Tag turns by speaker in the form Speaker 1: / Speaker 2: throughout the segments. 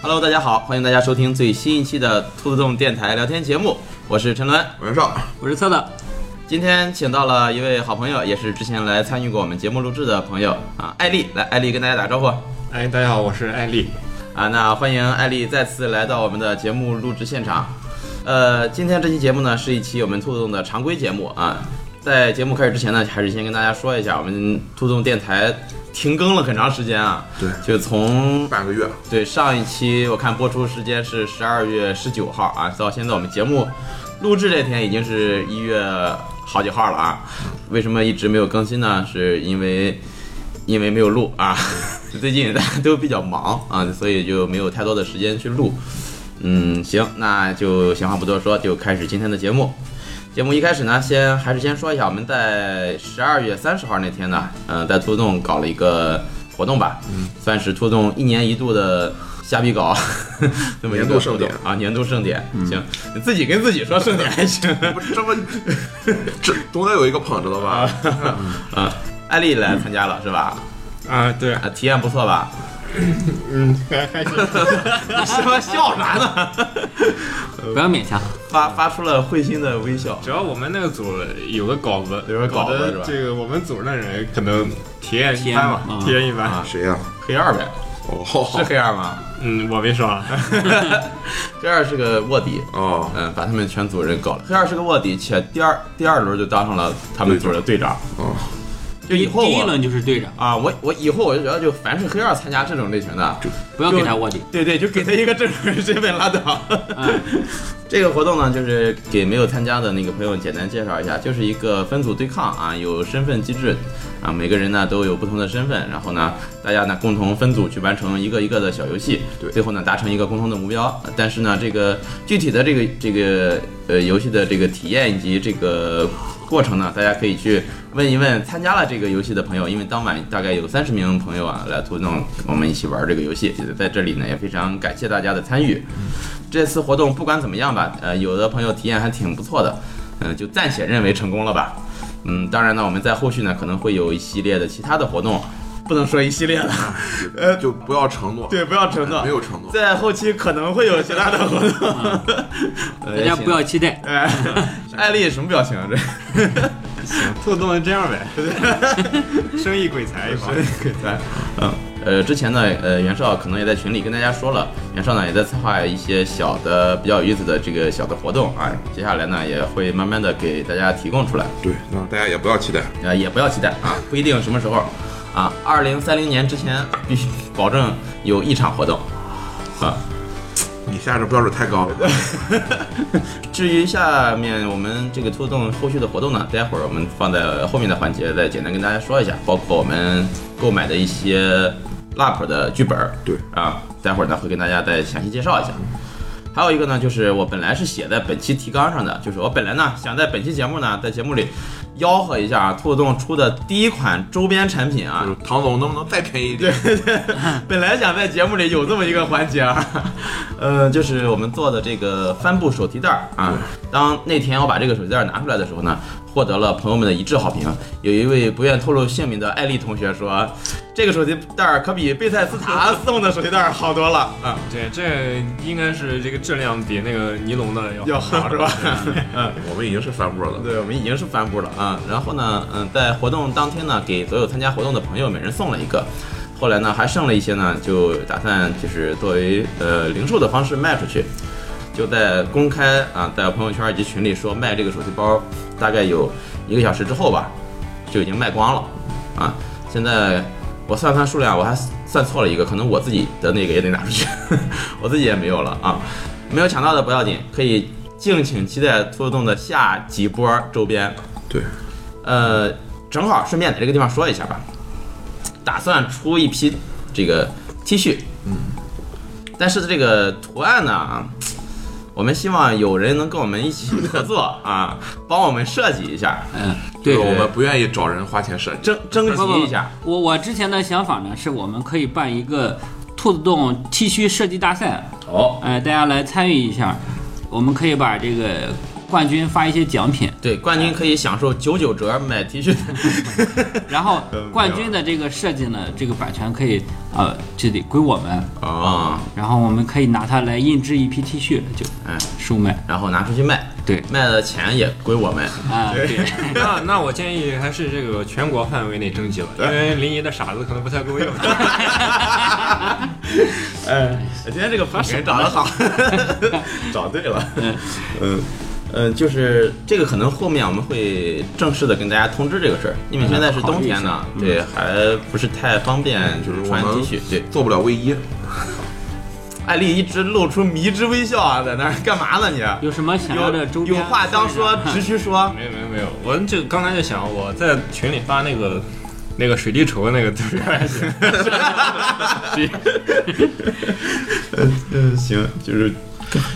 Speaker 1: Hello，大家好，欢迎大家收听最新一期的兔子洞电台聊天节目，我是陈伦。
Speaker 2: 我是少，
Speaker 3: 我是策策，
Speaker 1: 今天请到了一位好朋友，也是之前来参与过我们节目录制的朋友啊，艾丽。来，艾丽跟大家打招呼
Speaker 4: 哎，大家好，我是艾丽。
Speaker 1: 啊。那欢迎艾丽再次来到我们的节目录制现场。呃，今天这期节目呢是一期我们兔子洞的常规节目啊。在节目开始之前呢，还是先跟大家说一下，我们兔子洞电台停更了很长时间啊。
Speaker 2: 对
Speaker 1: 就从
Speaker 2: 半个月，
Speaker 1: 对，上一期我看播出时间是十二月十九号啊，到现在我们节目录制这天已经是一月好几号了啊。为什么一直没有更新呢？是因为因为没有录啊， 最近大家都比较忙啊，所以就没有太多的时间去录。嗯，行，那就闲话不多说，就开始今天的节目。节目一开始呢，先还是先说一下，我们在十二月三十号那天呢，嗯、在兔洞搞了一个活动吧，
Speaker 2: 嗯
Speaker 1: 算是兔洞一年一度的瞎逼搞 这么一个
Speaker 2: 年度盛典嗯
Speaker 1: 活动啊，年度盛典。行，你自己跟自己说盛典还行。
Speaker 2: 不是这么，这总得有一个捧着的吧？
Speaker 1: 艾丽来参加了是吧？
Speaker 4: 啊，对，
Speaker 1: 啊，体验不错吧？
Speaker 4: 嗯，还还行。
Speaker 1: 你 什么笑啥呢？
Speaker 3: 不要勉强。
Speaker 1: 发发出了会心的微笑。
Speaker 4: 主要我们那个组有个稿子，
Speaker 1: 有个稿子
Speaker 4: 搞
Speaker 1: 是吧
Speaker 4: 得这个我们组那人可能体验一般吧，
Speaker 3: 体
Speaker 4: 体验一般。
Speaker 1: 啊
Speaker 2: 谁呀？
Speaker 1: 黑二呗，是
Speaker 2: 哦
Speaker 1: 黑二吗？
Speaker 4: 嗯，我没说啊。
Speaker 1: 黑二是个卧底，
Speaker 2: 哦，
Speaker 1: 嗯，把他们全组人搞了。黑二是个卧底，且第二第二轮就当上了他们组的队长。
Speaker 2: 哦，
Speaker 1: 就以后
Speaker 3: 第一
Speaker 1: 我
Speaker 3: 轮就是队长，
Speaker 1: 啊，我我以后我就觉得，就凡是黑二参加这种类型的，
Speaker 3: 不要给他卧底。
Speaker 1: 对对，就给他一个正常人身份拉 倒。
Speaker 3: 嗯，
Speaker 1: 这个活动呢，就是给没有参加的那个朋友简单介绍一下，就是一个分组对抗啊，有身份机制啊，每个人呢都有不同的身份，然后呢，大家呢共同分组去完成一个一个的小游戏，
Speaker 2: 对
Speaker 1: 最后呢达成一个共同的目标。但是呢，这个具体的这个这个呃游戏的这个体验以及这个过程呢，大家可以去问一问参加了这个游戏的朋友，因为当晚大概有三十名朋友啊来互动，我们一起玩这个游戏。在这里呢，也非常感谢大家的参与。这次活动不管怎么样吧，呃，有的朋友体验还挺不错的，嗯、就暂且认为成功了吧。嗯，当然呢，我们在后续呢可能会有一系列的其他的活动，不能说一系列了，
Speaker 2: 呃，就不要承诺，
Speaker 1: 对，不要承诺
Speaker 2: 没，有承 诺，
Speaker 1: 在后期可能会有其他的活动，
Speaker 3: 嗯
Speaker 1: 呃
Speaker 3: 大家不要期待。
Speaker 1: 哎， 艾丽什么表情啊？这
Speaker 4: 行，兔子能这样 呗，生意鬼才一把。
Speaker 1: 嗯，呃，之前呢，呃，袁绍可能也在群里跟大家说了，袁绍呢也在策划一些小的比较有意思的这个小的活动啊，接下来呢也会慢慢的给大家提供出来。
Speaker 2: 对，那大家也不要期待，
Speaker 1: 呃，也不要期待啊，不一定什么时候啊。二零三零年之前必须保证有一场活动啊。
Speaker 2: 你下这标准太高了，
Speaker 1: 至于下面我们这个兔洞后续的活动呢，待会儿我们放在后面的环节再简单跟大家说一下，包括我们购买的一些 LARP 的剧本儿，
Speaker 2: 对
Speaker 1: 啊，待会儿呢会跟大家再详细介绍一下。还有一个呢，就是我本来是写在本期提纲上的，就是我本来呢想在本期节目呢，在节目里吆喝一下啊兔洞出的第一款周边产品啊，
Speaker 2: 唐总能不能再便宜一点？
Speaker 1: 本来想在节目里有这么一个环节啊，呃，就是我们做的这个帆布手提袋儿啊。当那天我把这个手提袋儿拿出来的时候呢，获得了朋友们的一致好评。有一位不愿透露姓名的艾丽同学说，这个手提袋儿可比贝塞斯塔 送的手提袋儿好多了啊，
Speaker 4: 对，这应该是这个质量比那个尼龙的要
Speaker 1: 要 好是吧？
Speaker 2: 我们已经是三波了，
Speaker 1: 对，我们已经是帆布了啊。然后呢，嗯，在活动当天呢，给所有参加活动的朋友每人送了一个。后来呢，还剩了一些呢，就打算就是作为呃零售的方式卖出去，就在公开啊，在朋友圈以及群里说卖这个手提包，大概有一个小时之后吧，就已经卖光了啊。现在我算算数量，我还算错了一个，可能我自己的那个也得拿出去， 我自己也没有了啊。没有抢到的不要紧，可以敬请期待兔子洞的下几波周边。
Speaker 2: 对，
Speaker 1: 呃，正好顺便在这个地方说一下吧，打算出一批这个 T 恤，嗯，但是这个图案呢，我们希望有人能跟我们一起合作啊， 帮我们设计一下，
Speaker 3: 嗯，对
Speaker 2: 就是。我们不愿意找人花钱设计，
Speaker 1: 征征
Speaker 3: 不
Speaker 1: 集一下。
Speaker 3: 不我我之前的想法呢，是我们可以办一个兔子洞 T 恤设计大赛，
Speaker 1: 哦，
Speaker 3: 呃，大家来参与一下。我们可以把这个冠军发一些奖品，
Speaker 1: 对，冠军可以享受九九折买 T 恤
Speaker 3: 然后
Speaker 4: 嗯
Speaker 3: 冠军的这个设计呢，这个版权可以呃就得归我们，
Speaker 1: 啊，
Speaker 3: 然后我们可以拿它来印制一批 T 恤就
Speaker 1: 哎，
Speaker 3: 售卖。
Speaker 1: 然后拿出去卖，
Speaker 3: 对
Speaker 1: 卖的钱也归我们。
Speaker 3: 啊，对，
Speaker 5: 那那我建议还是这个全国范围内征集吧，因为临沂的傻子可能不太够用。
Speaker 1: 哎，今天这个把手找得好， 找对了。嗯。嗯，就是这个，可能后面我们会正式的跟大家通知这个事儿，因为现在是冬天呢，
Speaker 3: 嗯
Speaker 1: 对，还不是太方便，就是穿 T 恤。对，
Speaker 2: 做不了卫衣，
Speaker 1: 艾丽一直露出迷之微笑啊，在那儿干嘛呢你？
Speaker 3: 有什么想要的周
Speaker 1: 有
Speaker 3: 边？
Speaker 1: 有话当说，直 须说。
Speaker 5: 没有没有没有，我就刚才就想我在群里发那个 那个水滴筹那个图片还行，
Speaker 1: 嗯，行，就是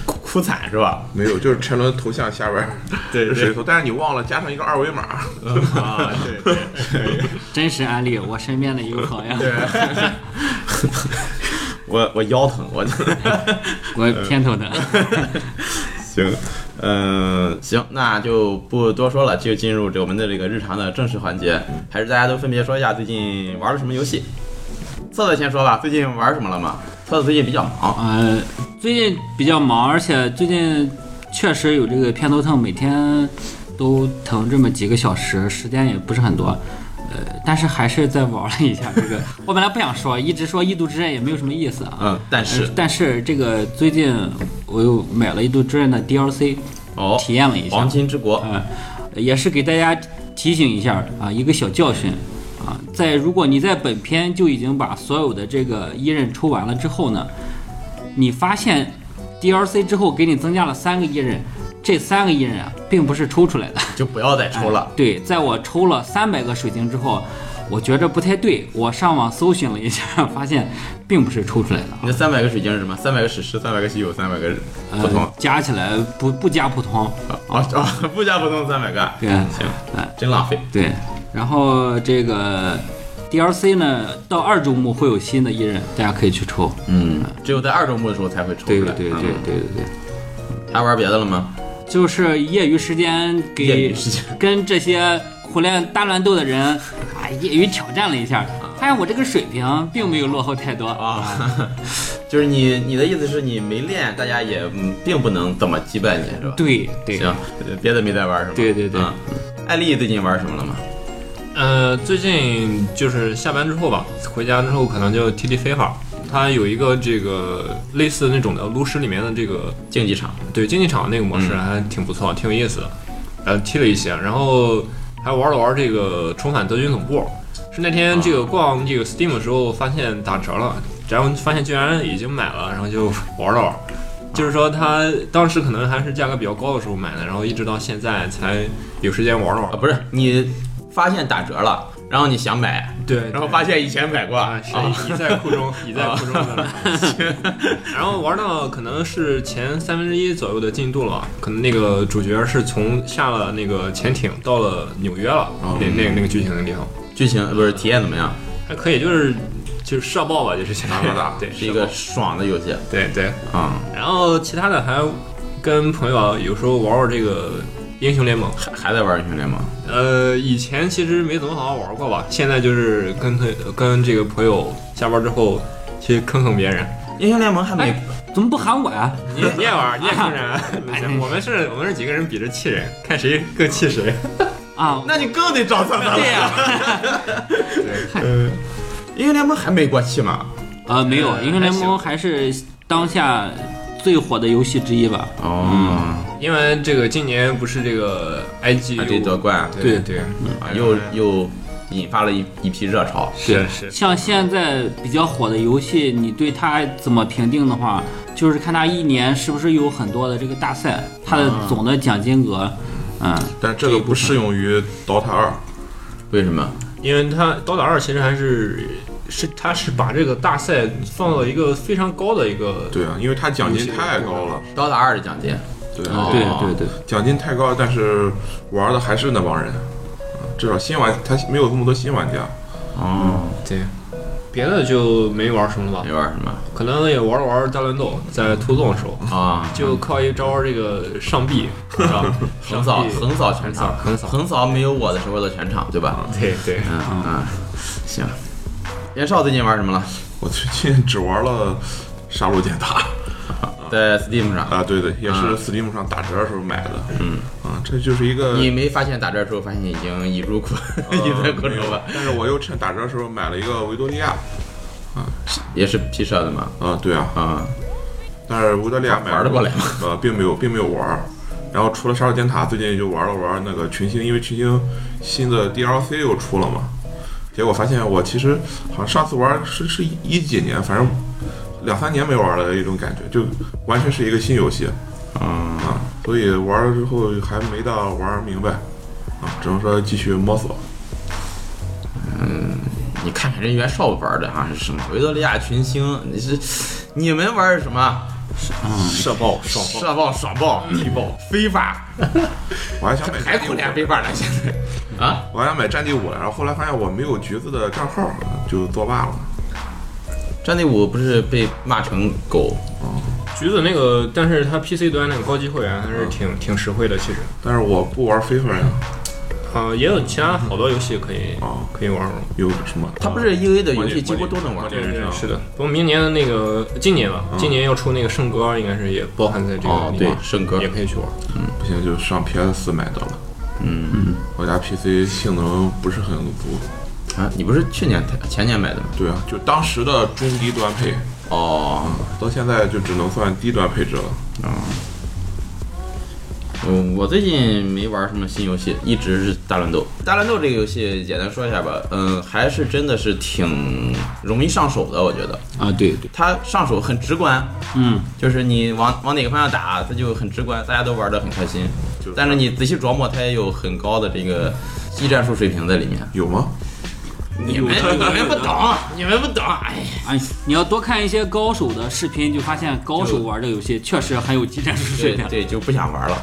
Speaker 1: 哭哭惨是吧？
Speaker 2: 没有，就是沉沦头像下边儿
Speaker 5: 对
Speaker 2: 是
Speaker 5: 对
Speaker 2: 水头，但是你忘了加上一个二维码，
Speaker 5: 啊对，
Speaker 3: 真实案例，我身边的有朋友，
Speaker 1: 我我腰疼，我就。
Speaker 3: 我片头的，
Speaker 1: 行，
Speaker 3: 呃
Speaker 1: 嗯，行，那就不多说了，就进入这我们的这个日常的正式环节，
Speaker 3: 嗯
Speaker 1: 还是大家都分别说一下最近玩了什么游戏。策策先说吧，最近玩什么了吗？策策最近比较忙，
Speaker 3: 呃，最近比较忙，而且最近确实有这个偏头疼，每天都疼这么几个小时，时间也不是很多。呃，但是还是再玩了一下这个。 我本来不想说，一直说《异度之刃》也没有什么意思啊。
Speaker 1: 嗯，但
Speaker 3: 呃
Speaker 1: 是
Speaker 3: 但是这个最近我又买了《异度之刃》的 DLC，
Speaker 1: 哦，
Speaker 3: 体验了一下。
Speaker 1: 黄金之国，
Speaker 3: 呃，也是给大家提醒一下啊，一个小教训啊，在如果你在本片就已经把所有的这个一刃抽完了之后呢，你发现 DLC 之后给你增加了三个一刃，这三个一刃啊，并不是抽出来的。
Speaker 1: 就不要再抽了。
Speaker 3: 对，在我抽了三百个水晶之后，我觉着不太对，我上网搜寻了一下，发现并不是抽出来的啊
Speaker 1: 你这三百个水晶是什么？三百个史诗，三百个稀有，三百个普通。
Speaker 3: 呃，加起来不不加普通，
Speaker 1: 啊啊！不加不通三百个，
Speaker 3: 对啊
Speaker 1: 行
Speaker 3: 哎，
Speaker 1: 真浪费。
Speaker 3: 对，然后这个 DLC 呢，到二周目会有新的艺人，大家可以去抽。
Speaker 1: 嗯，只有在二周目的时候才会抽出
Speaker 3: 对
Speaker 1: 来。
Speaker 3: 对对对
Speaker 1: 嗯
Speaker 3: 对对对，
Speaker 1: 还玩别的了吗？
Speaker 3: 就是业余时间
Speaker 1: 业
Speaker 3: 给
Speaker 1: 余时间
Speaker 3: 跟这些苦练大乱斗的人啊，业余挑战了一下，发现我这个水平并没有落后太多。
Speaker 1: 啊，就是你你的意思是你没练，大家也嗯并不能怎么击败你，是吧？，
Speaker 3: 对对，
Speaker 1: 行，呃别的没在玩是吗？
Speaker 3: 对对对
Speaker 1: 嗯艾丽最近玩什么了吗？
Speaker 5: 呃，最近就是下班之后吧，回家之后可能就踢踢飞哈，它有一个这个类似那种的炉石里面的这个
Speaker 1: 竞技场
Speaker 5: 对竞技场那个模式
Speaker 1: 嗯
Speaker 5: 还挺不错，挺有意思的。呃，踢了一些，然后还玩了玩这个《重返德军总部》，是那天这个逛这个 Steam 的时候发现打折了，然后发现居然已经买了，然后就玩了玩。 就是说，它当时可能还是价格比较高的时候买的，然后一直到现在才有时间玩了
Speaker 1: 啊，
Speaker 5: 玩。
Speaker 1: 不是你发现打折了，然后你想买，
Speaker 5: 对，
Speaker 1: 然后发现以前买过
Speaker 5: 啊，是已在库 中，已在库中的。
Speaker 2: 啊
Speaker 5: 然后玩到可能是前三分之一左右的进度了，可能那个主角是从下了那个潜艇到了纽约了，
Speaker 2: 哦
Speaker 5: 那那个那个剧情的地方
Speaker 1: 剧情呃不是体验怎么样？
Speaker 5: 还可以，就是就是社爆吧，就是现在
Speaker 2: 打不打
Speaker 5: 对，
Speaker 1: 是一
Speaker 5: 社
Speaker 1: 个
Speaker 5: 爆
Speaker 1: 爽的游戏
Speaker 5: 对对。
Speaker 1: 啊，
Speaker 5: 然后其他的还跟朋友啊有时候玩玩这个英雄联盟，
Speaker 1: 还还在玩英雄联盟
Speaker 5: 呃，以前其实没怎么好好玩过吧，现在就是跟朋跟这个朋友下班之后去坑坑别人。
Speaker 1: 英雄联盟还没
Speaker 3: 哎怎么不喊我呀？
Speaker 5: 你也你也玩，你也坑 人。啊
Speaker 1: 哎
Speaker 5: 我们是，我们是几个人比着气人，看谁更气 谁。
Speaker 3: 啊，
Speaker 1: 那你更得找他了。
Speaker 3: 对呀、
Speaker 1: 英雄联盟还没过气吗？
Speaker 3: 呃，没有，
Speaker 5: 呃
Speaker 3: 英雄联盟还是当下最火的游戏之一吧。嗯
Speaker 1: 哦，
Speaker 5: 因为这个今年不是这个 IG
Speaker 1: 还得夺冠，
Speaker 5: 对
Speaker 3: 对
Speaker 5: 对，
Speaker 1: 啊
Speaker 3: 哎
Speaker 1: 又又引发了一一批热潮。
Speaker 5: 是是，
Speaker 3: 像现在比较火的游戏，你对它怎么评定的话，就是看它一年是不是有很多的这个大赛，它的总的奖金额，嗯，
Speaker 2: 但这个不适用于 DOTA 二。
Speaker 1: 为什么？
Speaker 5: 因为他《刀塔二》其实还是是他是把这个大赛放到一个非常高的一个
Speaker 2: 对啊，因为它奖金太高了，
Speaker 1: 刀塔二的奖金，
Speaker 2: 对
Speaker 1: 哦
Speaker 2: 啊，
Speaker 3: 对对对，
Speaker 2: 奖金太高，但是玩的还是那帮人，啊至少新玩他没有那么多新玩家。
Speaker 1: 哦，
Speaker 5: 对。别的就没玩什么了吧？
Speaker 1: 没玩什么
Speaker 5: 可能也玩了玩大乱斗，在突纵的时候，
Speaker 1: 啊，
Speaker 5: 就靠一招这个上 臂，是吧
Speaker 1: 横扫
Speaker 5: 上臂
Speaker 1: 横扫全
Speaker 5: 横扫
Speaker 1: 场，
Speaker 5: 嗯横扫，
Speaker 1: 横扫没有我的时候的全场，对吧？
Speaker 5: 对对，
Speaker 1: 嗯嗯，行。袁绍最近玩什么了？
Speaker 2: 我最近只玩了《杀戮尖塔》
Speaker 1: 在 Steam 上，
Speaker 2: 啊，对对，也
Speaker 1: 啊
Speaker 2: 是 Steam 上打折的时候买的。嗯啊，这就是 一个
Speaker 1: 你没发现打折的时候发现已经已入库，已在库
Speaker 2: 嗯没
Speaker 1: 里
Speaker 2: 有
Speaker 1: 了，
Speaker 2: 但是我又趁打折的时候买了一个维多利亚。
Speaker 1: 也是 P 社的嘛？
Speaker 2: 啊，对啊，
Speaker 1: 啊，
Speaker 2: 但是维多利亚买
Speaker 1: 玩得过来吗？
Speaker 2: 呃，并没有，并没有玩儿。然后除了《杀手尖塔》，最近也就玩了玩那个群星，因为群星新的 DLC 又出了嘛。结果发现我其实好像上次玩是是一几年，反正两三年没玩了一种感觉，就完全是一个新游戏
Speaker 1: 嗯，
Speaker 2: 啊。所以玩了之后还没大玩明白啊，只能说继续摸索。
Speaker 1: 你看看人袁绍玩的哈、是什么？维多利亚群星，你是你们玩的什么？
Speaker 4: 社爆
Speaker 1: 爽射爆、爽爆、地爆、非法，
Speaker 2: 我还想买
Speaker 1: 还
Speaker 2: 战地
Speaker 1: 苦
Speaker 2: 五
Speaker 1: 练非法了现在啊？
Speaker 2: 我还想买战地五来，然后后来发现我没有橘子的账号，就作罢了。
Speaker 1: 战地五不是被骂成狗？
Speaker 5: 橘子那个，但是它 PC 端那个高级会员还
Speaker 1: 嗯
Speaker 5: 是挺挺实惠的，其实，
Speaker 2: 但是我不玩 FIFA 呀，
Speaker 5: 啊，也有其他好多游戏可以
Speaker 1: 嗯
Speaker 2: 哦
Speaker 5: 可以玩玩。
Speaker 2: 有什么？
Speaker 1: 它不是 E A 的游
Speaker 2: 我
Speaker 1: 戏，
Speaker 2: 也
Speaker 1: 几乎都能玩
Speaker 2: 我。也是啊
Speaker 5: 是的，不过明年的那个今年吧，今年要出那个圣歌，应该是也包含在这个
Speaker 1: 嗯哦，
Speaker 5: 里
Speaker 1: 对
Speaker 5: 面，，
Speaker 1: 圣歌
Speaker 5: 也可以去玩。
Speaker 2: 不行就上 PS 四买到了。嗯，我家 PC 性能不是很足。
Speaker 1: 啊，你不是去年才前年买的吗？
Speaker 2: 对啊，就当时的中低端配，
Speaker 1: 哦，
Speaker 2: 到现在就只能算低端配置了。
Speaker 1: 嗯，我最近没玩什么新游戏，一直是大乱斗。大乱斗这个游戏简单说一下吧，嗯，还是真的是挺容易上手的，我觉得
Speaker 3: 啊，对对，
Speaker 1: 它上手很直观，
Speaker 3: 嗯，
Speaker 1: 就是你往往哪个方向打，它就很直观，大家都玩得很开心。但是你仔细琢磨，它也有很高的这个技战术水平在里面。
Speaker 2: 有吗？
Speaker 1: 你们你们不懂，你们不懂，哎呀。
Speaker 3: 哎，你要多看一些高手的视频，就发现高手玩这个游戏确实很有技战术水
Speaker 1: 对
Speaker 3: 平。
Speaker 1: 对，就不想玩 了。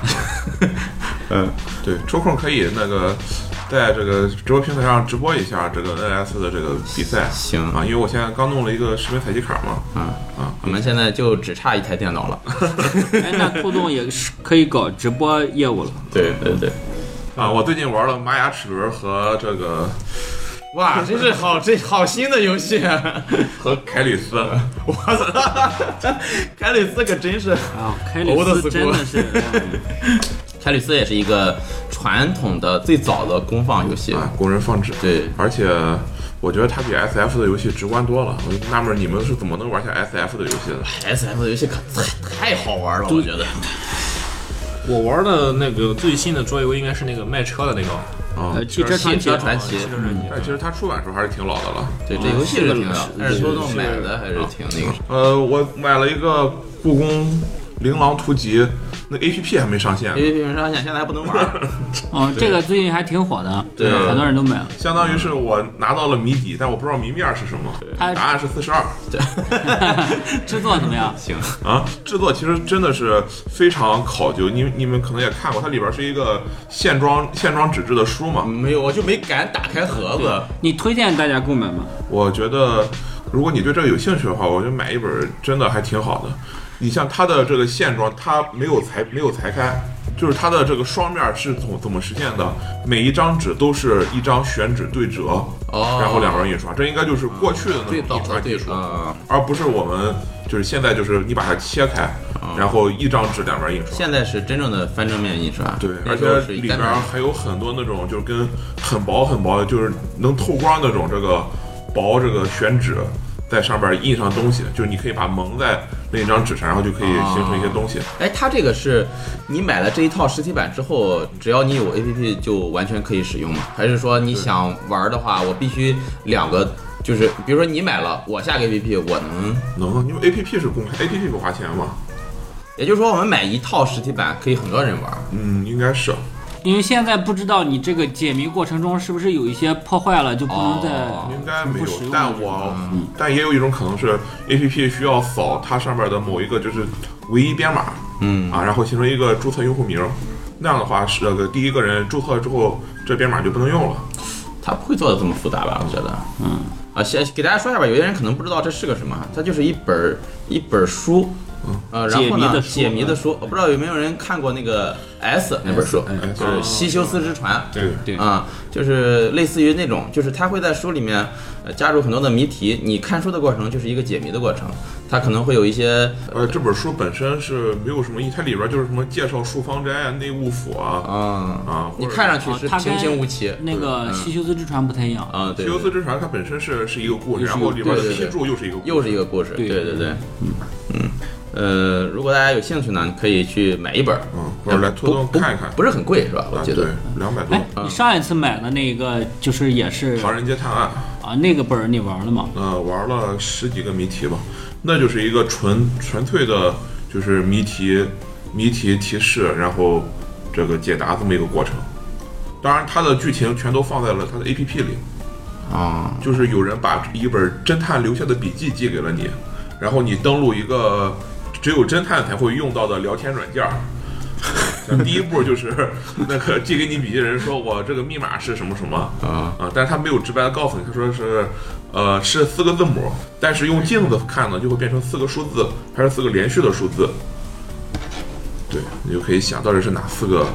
Speaker 2: 嗯，对，抽空可以那个在这个直播平台上直播一下这个 NS 的这个比赛。
Speaker 1: 行
Speaker 2: 啊，因为我现在刚弄了一个视频采集卡嘛。
Speaker 1: 啊
Speaker 2: 啊，
Speaker 1: 我们现在就只差一台电脑了。
Speaker 3: 哎，那兔洞也是可以搞直播业务了。
Speaker 1: 对对对，
Speaker 2: 啊，我最近玩了玛雅齿轮和这个
Speaker 1: 哇，真是好，这好新的游戏、啊。
Speaker 2: 和凯 里斯。
Speaker 1: 我操，凯里斯可真是，
Speaker 3: 啊，开里斯真的是，
Speaker 1: 凯里斯也是一个传统的最早的功放游戏。
Speaker 2: 啊，工人放置。
Speaker 1: 对，
Speaker 2: 而且我觉得它比 S F 的游戏直观多了。我就纳闷你们是怎么能玩下 S F 的游戏的？
Speaker 1: S F 游戏可太太好玩了，我觉得。
Speaker 5: 我玩的那个最新的桌游应该是那个卖车的那个，哦
Speaker 2: 啊、
Speaker 3: 呃，汽车传奇
Speaker 1: 汽车传奇
Speaker 5: 汽车传
Speaker 1: 嗯
Speaker 5: 奇。
Speaker 2: 哎但其实它出版的时候还是挺老的了。
Speaker 1: 对，这游戏啊是挺好
Speaker 3: 是，
Speaker 1: 但是多啊动买的还是挺那个。
Speaker 2: 呃，我买了一个故宫琳琅图集，那 A P P 还没上线
Speaker 1: 啊因，为平时上线现在还不能 玩，
Speaker 3: 哦，这个最近还挺火的，
Speaker 1: 对
Speaker 3: 很多人都买了。
Speaker 2: 相当于是我拿到了谜底，但我不知道谜面是什么。
Speaker 3: 它
Speaker 2: 答案是四十二
Speaker 3: 制作怎么样？
Speaker 1: 行，
Speaker 2: 啊！制作其实真的是非常考究，你你们可能也看过，它里边是一个线装线装纸质的书嘛。
Speaker 1: 没有，我就没敢打开盒子。
Speaker 3: 你推荐大家购买吗？
Speaker 2: 我觉得，如果你对这个有兴趣的话，我觉得买一本真的还挺好的。你像它的这个线装，它没有裁没有裁开，就是它的这个双面是怎么怎么实现的？每一张纸都是一张选纸对折，
Speaker 1: 哦
Speaker 2: 然后两轮印刷，这应该就是过去的那
Speaker 1: 最
Speaker 2: 种
Speaker 1: 早
Speaker 2: 印刷
Speaker 1: 的
Speaker 2: 技
Speaker 1: 对
Speaker 2: 术，
Speaker 1: 啊，
Speaker 2: 而不是我们就是现在就是你把它切开，
Speaker 1: 哦
Speaker 2: 然后一张纸两边印刷。
Speaker 1: 现在是真正的翻正面印刷，
Speaker 2: 对，
Speaker 1: 那
Speaker 2: 而
Speaker 1: 时候
Speaker 2: 且
Speaker 1: 是
Speaker 2: 里
Speaker 1: 单
Speaker 2: 边
Speaker 1: 面
Speaker 2: 还有很多那种就是跟很薄很薄的，就是能透光那种这个薄这个宣纸，在上边印上东西，就是你可以把蒙在那张纸上，然后就可以形成一些东西。
Speaker 1: 哎，它这个是你买了这一套实体版之后，只要你有 APP 就完全可以使用吗？还是说你想玩的话，我必须两个，就是比如说你买了，我下个 APP 我能，
Speaker 2: 能，因为 A P P 是公开，A P P 不花钱嘛。
Speaker 1: 也就是说我们买一套实体版可以很多人玩。
Speaker 2: 嗯，应该
Speaker 1: 啊
Speaker 2: 是。
Speaker 3: 因为现在不知道你这个解谜过程中是不是有一些破坏了，就不能再
Speaker 1: 哦
Speaker 2: 应该没
Speaker 3: 不
Speaker 2: 有
Speaker 3: 实用，
Speaker 2: 但我、嗯但也有一种可能是 A P P 需要扫它上面的某一个就是唯一编码，嗯啊，然后形成一个注册用户名，那样的话是那个第一个人注册之后，这编码就不能用了。
Speaker 1: 它不会做的这么复杂吧？我觉得，嗯。啊，先给大家说一下吧，有些人可能不知道这是个什么，它就是一本儿一本儿书，呃，然后
Speaker 3: 嗯解谜
Speaker 1: 呢
Speaker 3: 的，书嗯
Speaker 1: 解谜的书，我不知道有没有人看过那个 S 那本书，
Speaker 2: 哎
Speaker 1: 就是《西修斯之船》。
Speaker 2: 对，
Speaker 3: 哦对
Speaker 1: 啊、就是类似于那种，就是他会在书里面呃加入很多的谜题，你看书的过程就是一个解谜的过程，它可能会有一些
Speaker 2: 呃，这本书本身是没有什么意，它里边就是什么介绍漱芳斋啊、内务府啊
Speaker 1: 嗯，
Speaker 2: 啊，
Speaker 1: 你看上去
Speaker 3: 哦
Speaker 1: 是
Speaker 3: 它跟
Speaker 1: 平平无奇，
Speaker 3: 那个
Speaker 1: 嗯
Speaker 3: 西修斯之船不太一样，
Speaker 1: 啊、
Speaker 2: 《
Speaker 1: 对
Speaker 2: 西游
Speaker 1: 对
Speaker 2: 斯
Speaker 1: 对，
Speaker 2: 之船》它本身是是一个故事，
Speaker 3: 又是
Speaker 2: 然
Speaker 3: 一个
Speaker 2: 后里边的
Speaker 1: 对对对
Speaker 2: 批注又是一个故事，
Speaker 1: 又是一个故事，
Speaker 3: 对
Speaker 1: 对对对，嗯嗯，呃，如果大家有兴趣呢，你可以去买一本儿，
Speaker 2: 嗯，或者来
Speaker 1: 不
Speaker 2: 拖动看一看
Speaker 1: 不，不是很贵是吧？我
Speaker 2: 啊
Speaker 1: 觉
Speaker 2: 对
Speaker 1: 得，，
Speaker 2: 两百多
Speaker 3: 哎，，你上一次买的那个就是也是
Speaker 2: 《唐人街探案》
Speaker 3: 啊那个本儿你玩了吗？
Speaker 2: 呃，玩了十几个谜题吧，那就是一个纯纯粹的，就是谜题、谜题提示，然后这个解答这么一个过程。当然，它的剧情全都放在了它的 APP 里，
Speaker 1: 啊、
Speaker 2: 就是有人把一本侦探留下的笔记寄给了你，然后你登录一个只有侦探才会用到的聊天软件儿。第一步就是 那个寄给你笔记的人说，我这个密码是什么什么
Speaker 1: 啊
Speaker 2: 啊，但是他没有直白的告诉你，他说是呃是四个字母，但是用镜子看呢就会变成四个数字，它是四个连续的数字。对你就可以想到底是哪四个，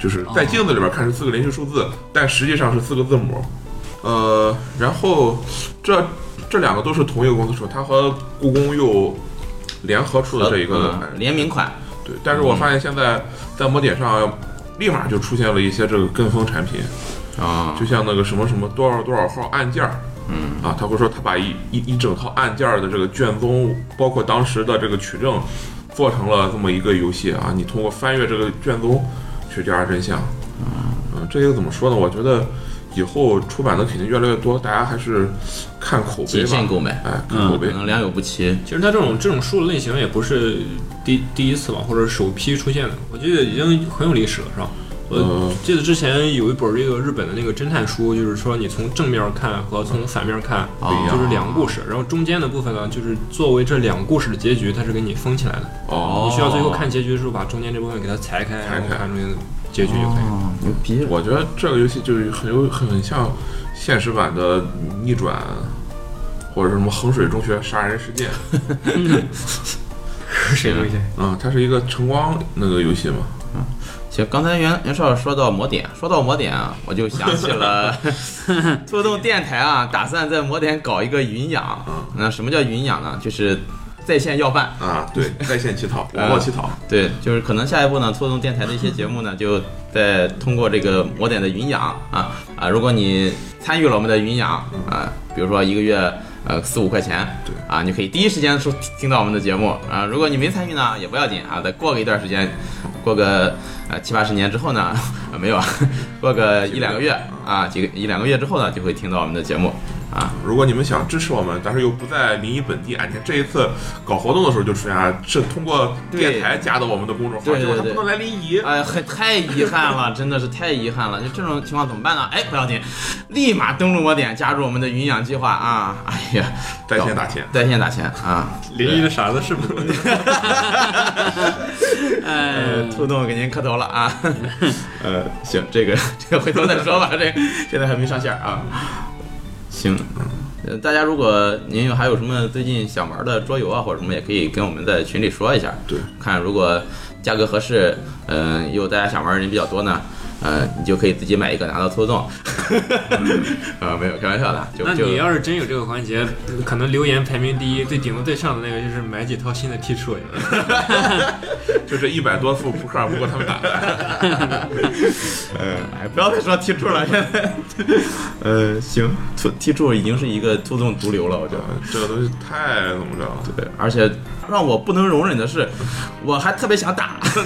Speaker 2: 就是在镜子里边看是四个连续数字，但实际上是四个字母。呃，然后这这两个都是同一个公司出，它和故宫又联合出的这一个
Speaker 1: 嗯联名款，
Speaker 2: 对，但是我发现现在在某点上，立马就出现了一些这个跟风产品，
Speaker 1: 啊、
Speaker 2: 就像那个什么什么多少多少号按件儿，嗯啊，他会说他把一一一整套按件儿的这个卷宗，包括当时的这个取证，做成了这么一个游戏啊，你通过翻阅这个卷宗去调查真相，嗯，这个怎么说呢？我觉得以后出版的肯定越来越多，大家还是看口碑
Speaker 1: 谨慎
Speaker 2: 吧，
Speaker 1: 购买，
Speaker 2: 哎，看口
Speaker 1: 可
Speaker 2: 碑，
Speaker 1: 能良莠不齐，
Speaker 5: 其实它这种这种书的类型也不是第第一次吧，或者首批出现的，我觉得已经很有历史了，是吧？我
Speaker 2: 嗯
Speaker 5: 记得之前有一本这个日本的那个侦探书，就是说你从正面看和从反面看，
Speaker 1: 哦
Speaker 5: 就是两个故事，然后中间的部分呢，就是作为这两个故事的结局，它是给你封起来的。
Speaker 2: 哦，
Speaker 5: 你需要最后看结局的时候，把中间这部分给它裁开，
Speaker 2: 开
Speaker 5: 然后看中间的结局就可以了。
Speaker 1: 哦，牛逼，
Speaker 2: 我觉得这个游戏就是很有很像现实版的逆转，或者是什么衡水中学杀人事件
Speaker 5: 谁东西？
Speaker 2: 啊、它是一个晨光那个游戏嘛。
Speaker 1: 行，刚才袁袁绍说到魔点，说到魔点啊，我就想起 了兔动电台啊，打算在魔点搞一个云养。那什么叫云养呢？就是在线要饭。
Speaker 2: 啊， 对，在线乞讨，
Speaker 1: 呃
Speaker 2: 网络乞讨，
Speaker 1: 对，就是可能下一步呢，兔动电台的一些节目呢，就在通过这个魔点的云养啊啊，如果你参与了我们的云养啊，比如说一个月呃四五块钱，
Speaker 2: 对
Speaker 1: 啊，你可以第一时间收听到我们的节目啊。如果你没参与呢，也不要紧啊，再过个一段时间，过个呃七八十年之后呢， 啊没有，啊，过个一两个月啊，几个一两个月之后呢，就会听到我们的节目啊。
Speaker 2: 如果你们想支持我们，但是又不在临沂本地，哎，你看这一次搞活动的时候就出现了，是通过电台加的我们的公众号，
Speaker 1: 对
Speaker 2: 结果他
Speaker 1: 对对
Speaker 2: 不能来临沂。
Speaker 1: 哎，很太遗憾了， 真的是太遗憾了。就这种情况怎么办呢？哎，不要紧，立马登录我点，加入我们的云养计划啊！哎呀，
Speaker 2: 在线打钱，
Speaker 1: 在线打钱啊！
Speaker 5: 临沂的傻子是不多。
Speaker 1: 呃，兔洞给您磕头了啊！ 呃，行，这个 这个回头再说 吧，这个现在还没上线啊。行，呃，大家如果您有还有什么最近想玩的桌游啊或者什么，也可以跟我们在群里说一下。
Speaker 2: 对，
Speaker 1: 看如果价格合适，嗯、又大家想玩的人比较多呢，呃，你就可以自己买一个拿到抽中。 啊，没有开玩笑的，就
Speaker 5: 那
Speaker 1: 就
Speaker 5: 你要是真有这个环节，可能留言排名第一，最顶到最上的那个就是买几套新的 T 恤。
Speaker 2: 就这一百多副扑克不过 他们打呃的。
Speaker 1: 哎，不要再说 T 柱了，现在， 呃，行，T T 柱已经是一个突动毒瘤了，我觉得。
Speaker 2: 呃这个东西太怎么着了？
Speaker 1: 对，而且让我不能容忍的是，我还特别想打，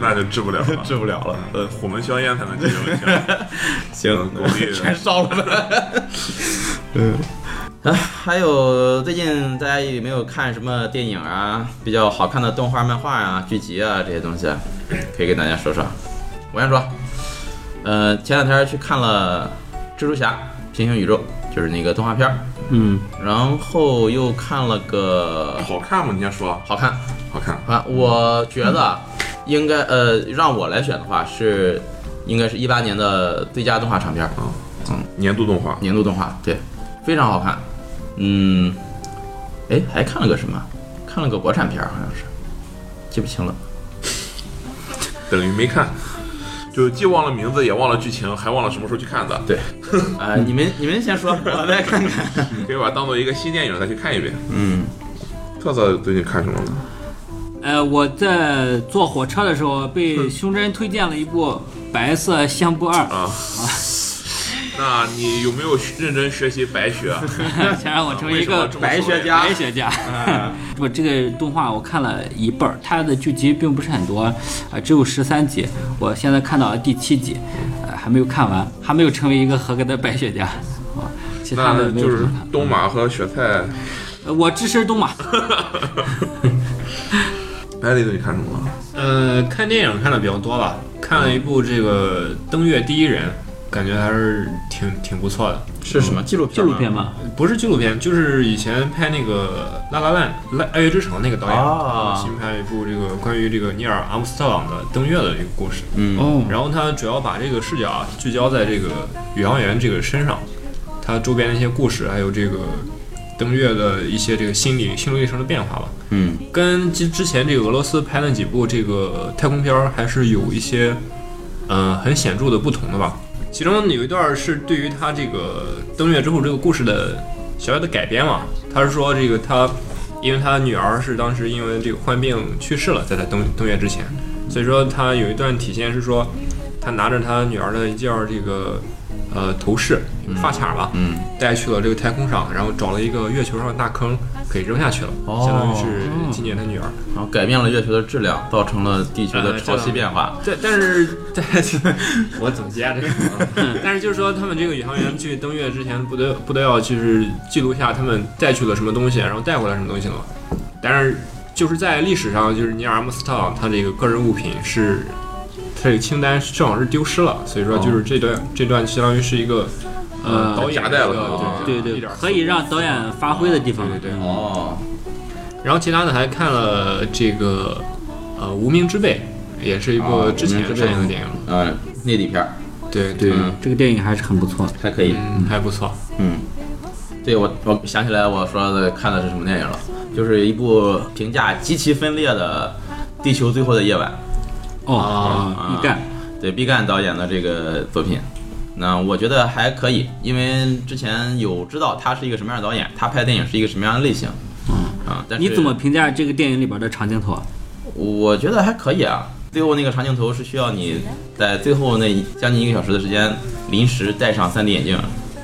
Speaker 2: 那就治不了 了，
Speaker 1: 治不了了。
Speaker 2: 呃，虎门销烟才能解决问题。啊
Speaker 1: 行，
Speaker 2: 鼓励
Speaker 1: 嗯 全烧了。 嗯，啊，还有最近大家有没有看什么电影啊？比较好看的动画、漫画啊、剧集啊这些东西，可以跟大家说说。我先说，呃，前两天去看了《蜘蛛侠：平行宇宙》，就是那个动画片儿，
Speaker 3: 嗯，
Speaker 1: 然后又看了个
Speaker 2: 好看吗？你先说，啊
Speaker 1: 好看，
Speaker 2: 好看。
Speaker 1: 啊，我觉得应该呃，让我来选的话是，应该是一八年的最佳动画长片儿
Speaker 2: 嗯。年度动画，
Speaker 1: 年度动画，对，非常好看。嗯，哎，还看了个什么？看了个国产片儿，好像是，记不清了。
Speaker 2: 等于没看，就既忘了名字，也忘了剧情，还忘了什么时候去看的。
Speaker 1: 对啊、你们你们先说，我再看看。
Speaker 2: 你可以把它当做一个新电影再去看一遍。
Speaker 1: 嗯，
Speaker 2: 特色最近看什么了？
Speaker 3: 呃，我在坐火车的时候被胸针推荐了一部《白色相簿二
Speaker 2: 啊， 那你有没有学认真学习白学？》，
Speaker 3: 想让我成为
Speaker 2: 为
Speaker 3: 一
Speaker 2: 什么
Speaker 3: 个
Speaker 2: 这么
Speaker 1: 白
Speaker 2: 说
Speaker 1: 学
Speaker 2: 呀
Speaker 1: 家
Speaker 3: 白学家。 我这个动画我看了一半儿，它的剧集并不是很多，啊、只有十三集。我现在看到了第七集，呃，还没有看完，还没有成为一个合格的白雪家 啊。其他的
Speaker 2: 那
Speaker 3: 没有
Speaker 2: 就
Speaker 3: 什
Speaker 2: 是
Speaker 3: 么看。
Speaker 2: 东马和雪菜。
Speaker 3: 呃我支持东马，
Speaker 2: 哎，雷总，你看什么了？
Speaker 5: 呃，看电影看的比较多吧，看了一部这个《登月第一人》，感觉还是挺挺不错的。
Speaker 1: 是什么纪录片？
Speaker 3: 纪录片？嘛，
Speaker 5: 不是纪录片，就是以前拍那个《拉拉烂》《爱爱乐之城》那个导演，
Speaker 1: 啊
Speaker 5: 新拍了一部这个关于这个尼尔·阿姆斯特朗的登月的一个故事。
Speaker 1: 嗯，
Speaker 3: 哦，
Speaker 5: 然后他主要把这个视角啊聚焦在这个宇航员这个身上，他周边的一些故事，还有这个登月的一些这个心理心路历程的变化吧。
Speaker 1: 嗯，
Speaker 5: 跟之之前这个俄罗斯拍那几部这个太空片儿还是有一些，嗯、很显著的不同的吧。其中有一段是对于他这个登月之后这个故事的小小的改编嘛，他是说这个他，因为他女儿是当时因为这个患病去世了，在他登登月之前，所以说他有一段体现是说，他拿着他女儿的一件儿这个呃头饰发卡吧，
Speaker 1: 嗯，
Speaker 5: 带去了这个太空上，然后找了一个月球上的大坑可以扔下去了，
Speaker 1: 哦
Speaker 5: 相当于是纪念他女儿。
Speaker 1: 然后改变了月球的质量，造成了地球的
Speaker 5: 呃
Speaker 1: 潮汐
Speaker 5: 这
Speaker 1: 变化。
Speaker 5: 对，但是但是 我总结啊这个， 但是就是说他们这个宇航员去登月之前，不得不得要就是记录一下他们带去了什么东西，然后带回来什么东西了。但是就是在历史上，就是尼尔阿姆斯特朗他这个个人物品是，他这个清单正好是丢失了，所以说就是这段、这段相当于是一个呃
Speaker 3: 呃
Speaker 5: 导演
Speaker 2: 夹带了
Speaker 5: 一个
Speaker 2: 啊
Speaker 3: 对
Speaker 5: 一
Speaker 3: 对，
Speaker 5: 点儿
Speaker 3: 可以让导演发挥的地方，
Speaker 5: 对对对
Speaker 1: 哦，
Speaker 5: 然后其他的还看了这个呃《无名之辈》，也是一
Speaker 1: 啊
Speaker 5: 部之前上映的电影。
Speaker 1: 呃，内地片儿
Speaker 5: 对
Speaker 3: 对
Speaker 1: 嗯
Speaker 3: 这个电影还是很不错的。
Speaker 1: 还可以。
Speaker 5: 嗯，还不错。
Speaker 1: 嗯，对我我想起来我说的看的是什么电影了，就是一部评价极其分裂的《地球最后的夜晚》。
Speaker 3: 哦，
Speaker 1: 啊
Speaker 3: 啊毕赣，
Speaker 1: 对毕赣导演的这个作品，那我觉得还可以，因为之前有知道他是一个什么样的导演，他拍电影是一个什么样的类型。啊，但是
Speaker 3: 你怎么？评价这个电影里边的长镜头啊？
Speaker 1: 我觉得还可以啊。最后那个长镜头是需要你在最后那将近一个小时的时间临时戴上 3D 眼镜，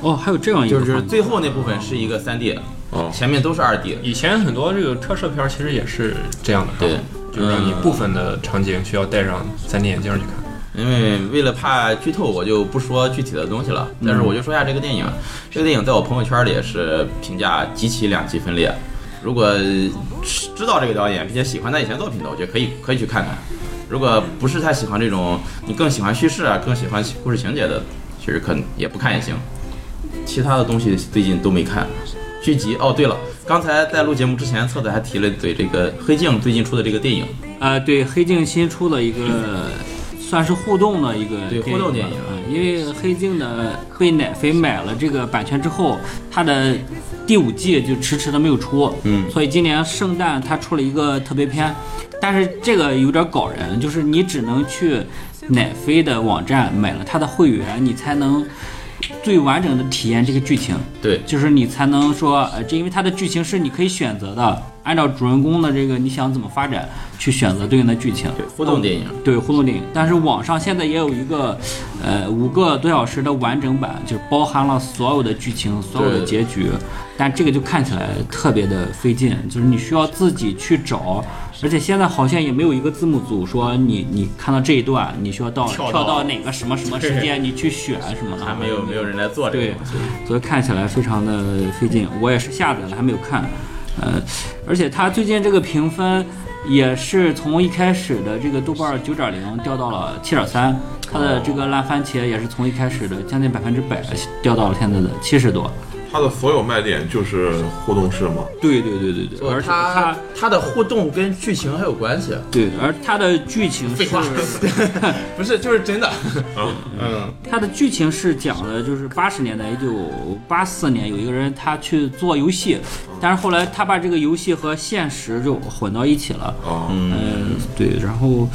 Speaker 3: 哦，还有这样一
Speaker 1: 就
Speaker 3: 个环节，
Speaker 1: 是最后那部分是一个 3D，
Speaker 2: 哦，
Speaker 1: 前面都是 2D。
Speaker 5: 以前很多这个特摄片儿其实也是这样的，
Speaker 1: 对，
Speaker 5: 就是让你
Speaker 1: 嗯
Speaker 5: 部分的场景需要戴上 3D 眼镜儿去看。
Speaker 1: 因为为了怕剧透，我就不说具体的东西了。但是我就说一下这个电影，啊这个电影在我朋友圈里也是评价极其两极分裂。如果知知道这个导演，并且喜欢他以前作品的，我觉得可以可以去看看。如果不是太喜欢这种，你更喜欢叙事啊，更喜欢故事情节的，其实可能也不看也行。其他的东西最近都没看。剧集哦，对了，刚才在录节目之前，策策还提了一嘴这个黑镜最近出的这个电影，
Speaker 3: 呃，对，黑镜新出了一个算是互动的一个
Speaker 1: 对互动电
Speaker 3: 影
Speaker 1: 影啊
Speaker 3: 吧，嗯因为黑镜的被奶飞买了这个版权之后，它的第五季就迟迟的没有出，
Speaker 1: 嗯
Speaker 3: 所以今年圣诞它出了一个特别篇，但是这个有点搞人，就是你只能去奶飞的网站买了它的会员，你才能最完整的体验这个剧情。
Speaker 1: 对，
Speaker 3: 就是你才能说，呃，这因为它的剧情是你可以选择的，按照主人公的这个你想怎么发展去选择对应的剧情。
Speaker 1: 互动电影。
Speaker 3: 对互动电影，但是网上现在也有一个，呃，五个多小时的完整版，就是包含了所有的剧情、所有的结局，但这个就看起来特别的费劲，就是你需要自己去找，而且现在好像也没有一个字幕组说你你看到这一段，你需要到
Speaker 1: 跳
Speaker 3: 跳
Speaker 1: 到
Speaker 3: 到哪个什么什么时间，你去选什么的，
Speaker 1: 还没有没有人来做这个
Speaker 3: 对
Speaker 1: 东西。，
Speaker 3: 所以看起来非常的费劲。我也是下载了，还没有看。呃，而且它最近这个评分也是从一开始的这个豆瓣九点零掉到了七点三，它的这个烂番茄也是从一开始的将近百分之百掉到了现在的七十多。
Speaker 2: 它的所有卖点就是互动式嘛，
Speaker 3: 对对对对对，而且
Speaker 1: 它
Speaker 3: 它
Speaker 1: 它的互动跟剧情很有关系，
Speaker 3: 对，而它的剧情是
Speaker 1: 废话，不是就是真的，嗯，
Speaker 3: 它的剧情是讲的，就是八十年代，一九八四年，有一个人他去做游戏，但是后来他把这个游戏和现实就混到一起了。
Speaker 1: 哦
Speaker 2: 啊，
Speaker 3: 嗯，对，然后，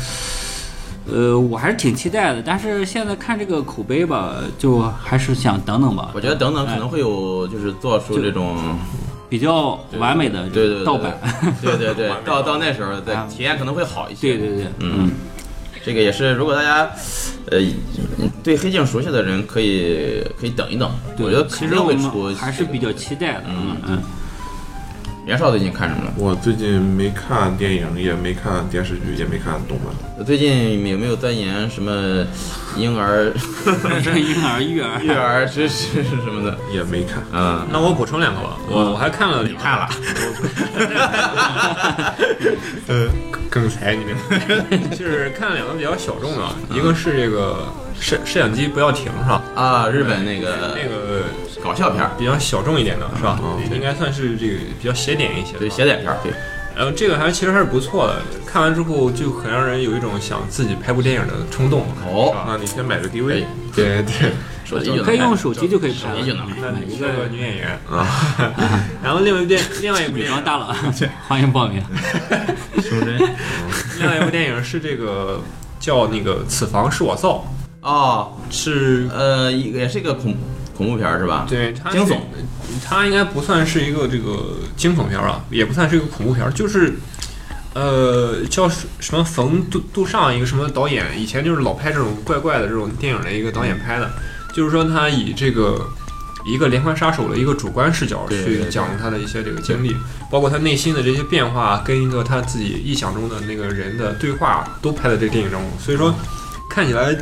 Speaker 3: 呃，我还是挺期待的，但是现在看这个口碑吧，就还是想等等吧
Speaker 1: 我，觉得等等可能会有就是做出这 种，
Speaker 3: 比较完美的
Speaker 1: 对对对
Speaker 3: 盗版。
Speaker 1: 对对对，到到那时候的体验可能会好一些，
Speaker 3: 啊对对对，嗯，
Speaker 1: 这个也是，如果大家呃对黑镜熟悉的人，可以可以等一等。
Speaker 3: 对
Speaker 1: 我觉得
Speaker 3: 其
Speaker 1: 肯
Speaker 3: 实
Speaker 1: 定
Speaker 3: 我
Speaker 1: 会出。
Speaker 3: 们还是比较期待的。嗯嗯，
Speaker 1: 袁绍最近看什么了？
Speaker 2: 我最近没看电影，也没看电视剧，也没看动漫，
Speaker 1: 最近有没有钻研什么婴 儿
Speaker 3: 婴儿 育儿。
Speaker 1: 育儿知识什么的？
Speaker 2: 也没看。
Speaker 1: 嗯，
Speaker 5: 那我补充两个吧，我我还看了，你看了？ 呃，刚才你们 就是看了两个比较小众的，一个是这个摄摄像机不要停是吧？
Speaker 1: 啊，日本那个
Speaker 5: 那个
Speaker 1: 搞笑片儿，
Speaker 5: 比较小众一点的是吧
Speaker 2: 嗯？
Speaker 5: 应该算是这个比较写点一些的。
Speaker 1: 对，写点片儿，对，
Speaker 5: 然后这个还其实还是不错的，看完之后就很让人有一种想自己拍部电影的冲动。
Speaker 1: 哦
Speaker 5: 是吧
Speaker 2: 那你先买个
Speaker 1: 可
Speaker 2: DV
Speaker 1: 以，
Speaker 5: 嗯哎对对。
Speaker 1: 手机就能
Speaker 3: 可以
Speaker 1: 看
Speaker 3: 用手机就可以拍
Speaker 1: 手机就能
Speaker 3: 了，
Speaker 1: 看
Speaker 5: 那
Speaker 3: 买
Speaker 5: 你
Speaker 3: 一
Speaker 5: 是个
Speaker 3: 个
Speaker 5: 女演员 啊，然后另外一部电另外一部
Speaker 3: 女
Speaker 5: 电
Speaker 3: 装
Speaker 5: 影，
Speaker 3: 大佬， 欢迎报名。
Speaker 5: 另外一部电影是这个叫那个《此房是我造
Speaker 1: 哦，》，
Speaker 5: 是
Speaker 1: 呃，一个也是一个恐恐怖片儿是吧？
Speaker 5: 啊对它
Speaker 1: 惊悚，
Speaker 5: 它应该不算是一个这个惊悚片儿啊，也不算是一个恐怖片儿，就是。呃，叫什什么冯杜杜尚一个什么导演，以前就是老拍这种怪怪的这种电影的一个导演拍的，就是说他以这个一个连环杀手的一个主观视角
Speaker 1: 对对
Speaker 5: 去
Speaker 1: 对
Speaker 5: 讲他的一些这个经历，包括他内心的这些变化，跟一个他自己臆想中的那个人的对话都拍在这个电影中，所以
Speaker 1: 嗯
Speaker 5: 说看起来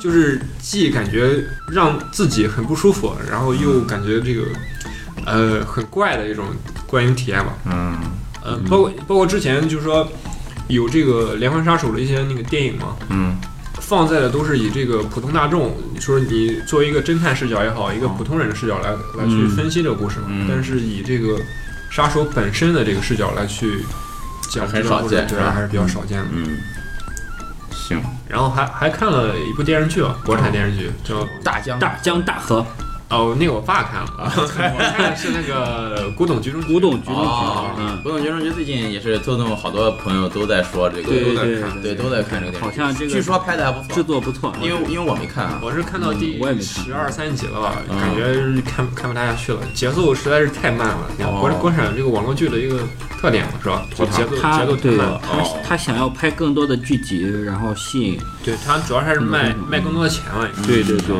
Speaker 5: 就是既感觉让自己很不舒服，然后又感觉这个呃很怪的一种观影体验吧。
Speaker 1: 嗯，
Speaker 5: 呃，包括包括之前就是说有这个连环杀手的一些那个电影嘛，
Speaker 1: 嗯，
Speaker 5: 放在的都是以这个普通大众，说你作为一个侦探视角也好，一个普通人的视角来来去分析这个故事嘛，
Speaker 1: 嗯
Speaker 5: 但是以这个杀手本身的这个视角来去讲
Speaker 1: 还是
Speaker 5: 这个
Speaker 1: 少
Speaker 5: 故事
Speaker 1: 见，
Speaker 5: 对
Speaker 1: 是吧
Speaker 5: 还是比较少见的。
Speaker 1: 嗯，行，
Speaker 5: 然后还还看了一部电视剧啊，国产电视剧叫
Speaker 1: 大江
Speaker 3: 大江大河，
Speaker 5: 哦，那个我爸看了，我看的是那个古董局中
Speaker 3: 古董局中
Speaker 1: 哦
Speaker 3: 局，，嗯，
Speaker 1: 不动学生局最近也是推动好多朋友都在说这个，
Speaker 3: 对对
Speaker 2: 看
Speaker 1: 对，都在看这个电视剧，
Speaker 3: 好像这个
Speaker 1: 据说拍的还不
Speaker 3: 制
Speaker 1: 错，
Speaker 3: 作不错，
Speaker 1: 因为因为我没看啊，
Speaker 5: 我是看到第
Speaker 3: 嗯我也没看
Speaker 5: 十二三集了吧，
Speaker 1: 嗯
Speaker 5: 感觉看看不大下去了，节奏实在是太慢了。你看
Speaker 1: 哦
Speaker 5: 国国产这个网络剧的一个特点嘛，是吧？就节奏
Speaker 3: 他
Speaker 5: 节奏太
Speaker 3: 对
Speaker 5: 慢了。
Speaker 3: 他
Speaker 1: 哦
Speaker 3: 他想要拍更多的剧集，然后吸引，
Speaker 5: 对，它主要还是卖卖更多的钱了。
Speaker 3: 嗯对对对，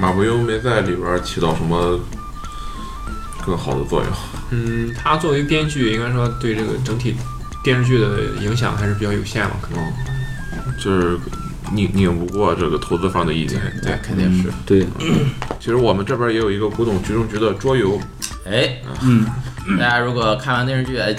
Speaker 2: 马伯庸没在里边起到什么更好的作用。
Speaker 5: 嗯，他作为编剧，应该说对这个整体电视剧的影响还是比较有限嘛，可能。
Speaker 2: 嗯就是拧拧不过这个投资方的意见。
Speaker 5: 对，
Speaker 1: 肯定是，
Speaker 3: 对，
Speaker 2: 其实我们这边也有一个古董局中局的桌游，
Speaker 1: 哎，
Speaker 3: 嗯，
Speaker 1: 大家如果看完电视剧，哎，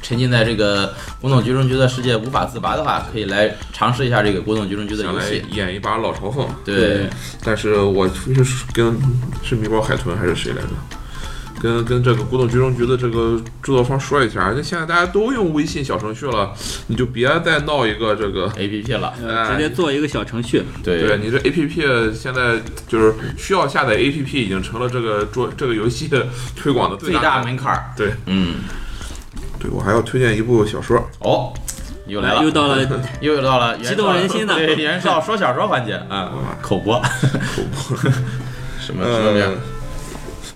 Speaker 1: 沉浸在这个古董局中局的世界无法自拔的话，可以来尝试一下这个古董局中局的
Speaker 2: 想
Speaker 1: 游
Speaker 2: 来
Speaker 1: 戏，
Speaker 2: 演一把老朝奉。
Speaker 1: 对，
Speaker 2: 但是我出去跟是米宝海豚还是谁来着？跟跟这个古董局中局的这个制作方说一下，人家现在大家都用微信小程序了，你就别再闹一个这个。
Speaker 1: A P P 了，
Speaker 3: 呃直接做一个小程序，
Speaker 2: 对，你这 A P P 现在就是需要下载 A P P 已经成了这个桌这个游戏的推广的
Speaker 1: 最
Speaker 2: 大
Speaker 1: 大门槛儿，
Speaker 2: 对
Speaker 1: 嗯，
Speaker 2: 对，我还要推荐一部小说，
Speaker 1: 哦，又来了，
Speaker 3: 又到 了
Speaker 1: 又到了袁绍
Speaker 3: 激动人心的
Speaker 1: 对袁 绍说小说环节啊，口播，什么什么名
Speaker 2: 呃
Speaker 1: 儿？，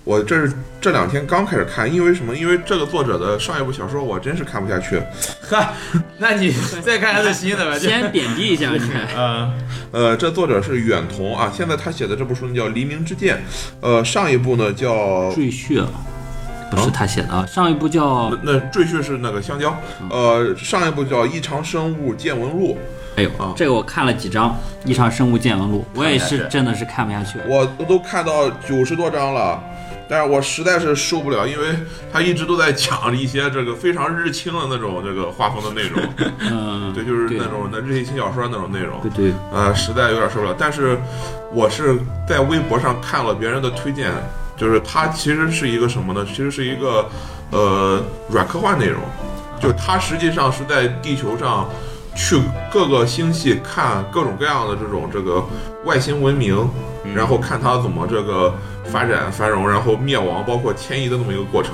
Speaker 2: 我这是这两天刚开始看，因为什么？因为这个作者的上一部小说我真是看不下去。
Speaker 1: 嗨，那你再看看最新的吧，就
Speaker 3: 先贬低一下，你 看，
Speaker 1: 嗯。
Speaker 2: 呃，这作者是远桐啊，现在他写的这部书呢叫《黎明之剑》，呃，上一部呢叫
Speaker 3: 赘婿不是他写的
Speaker 1: 哦
Speaker 3: 啊，上一部叫
Speaker 1: 嗯
Speaker 2: 那那赘婿是那个香蕉，呃，上一部叫《异常生物见闻录
Speaker 3: 哎呦
Speaker 1: 哦
Speaker 2: 啊，
Speaker 3: 这个我看了几章，《异常生物见闻录》，我也是真的是看不 下去》，。
Speaker 2: 我都看到九十多章了。但是我实在是受不了，因为他一直都在讲一些这个非常日清的那种这个画风的内容，
Speaker 3: 嗯，
Speaker 2: 对，就是
Speaker 3: 对
Speaker 2: 那种那日系轻小说那种内容。
Speaker 3: 对对，
Speaker 2: 呃，实在有点受不了。但是我是在微博上看了别人的推荐，就是它其实是一个什么呢？其实是一个呃软科幻内容，就它实际上是在地球上去各个星系看各种各样的这种这个外星文明，然后看它怎么这个发展繁荣，然后灭亡，包括迁移的这么一个过程。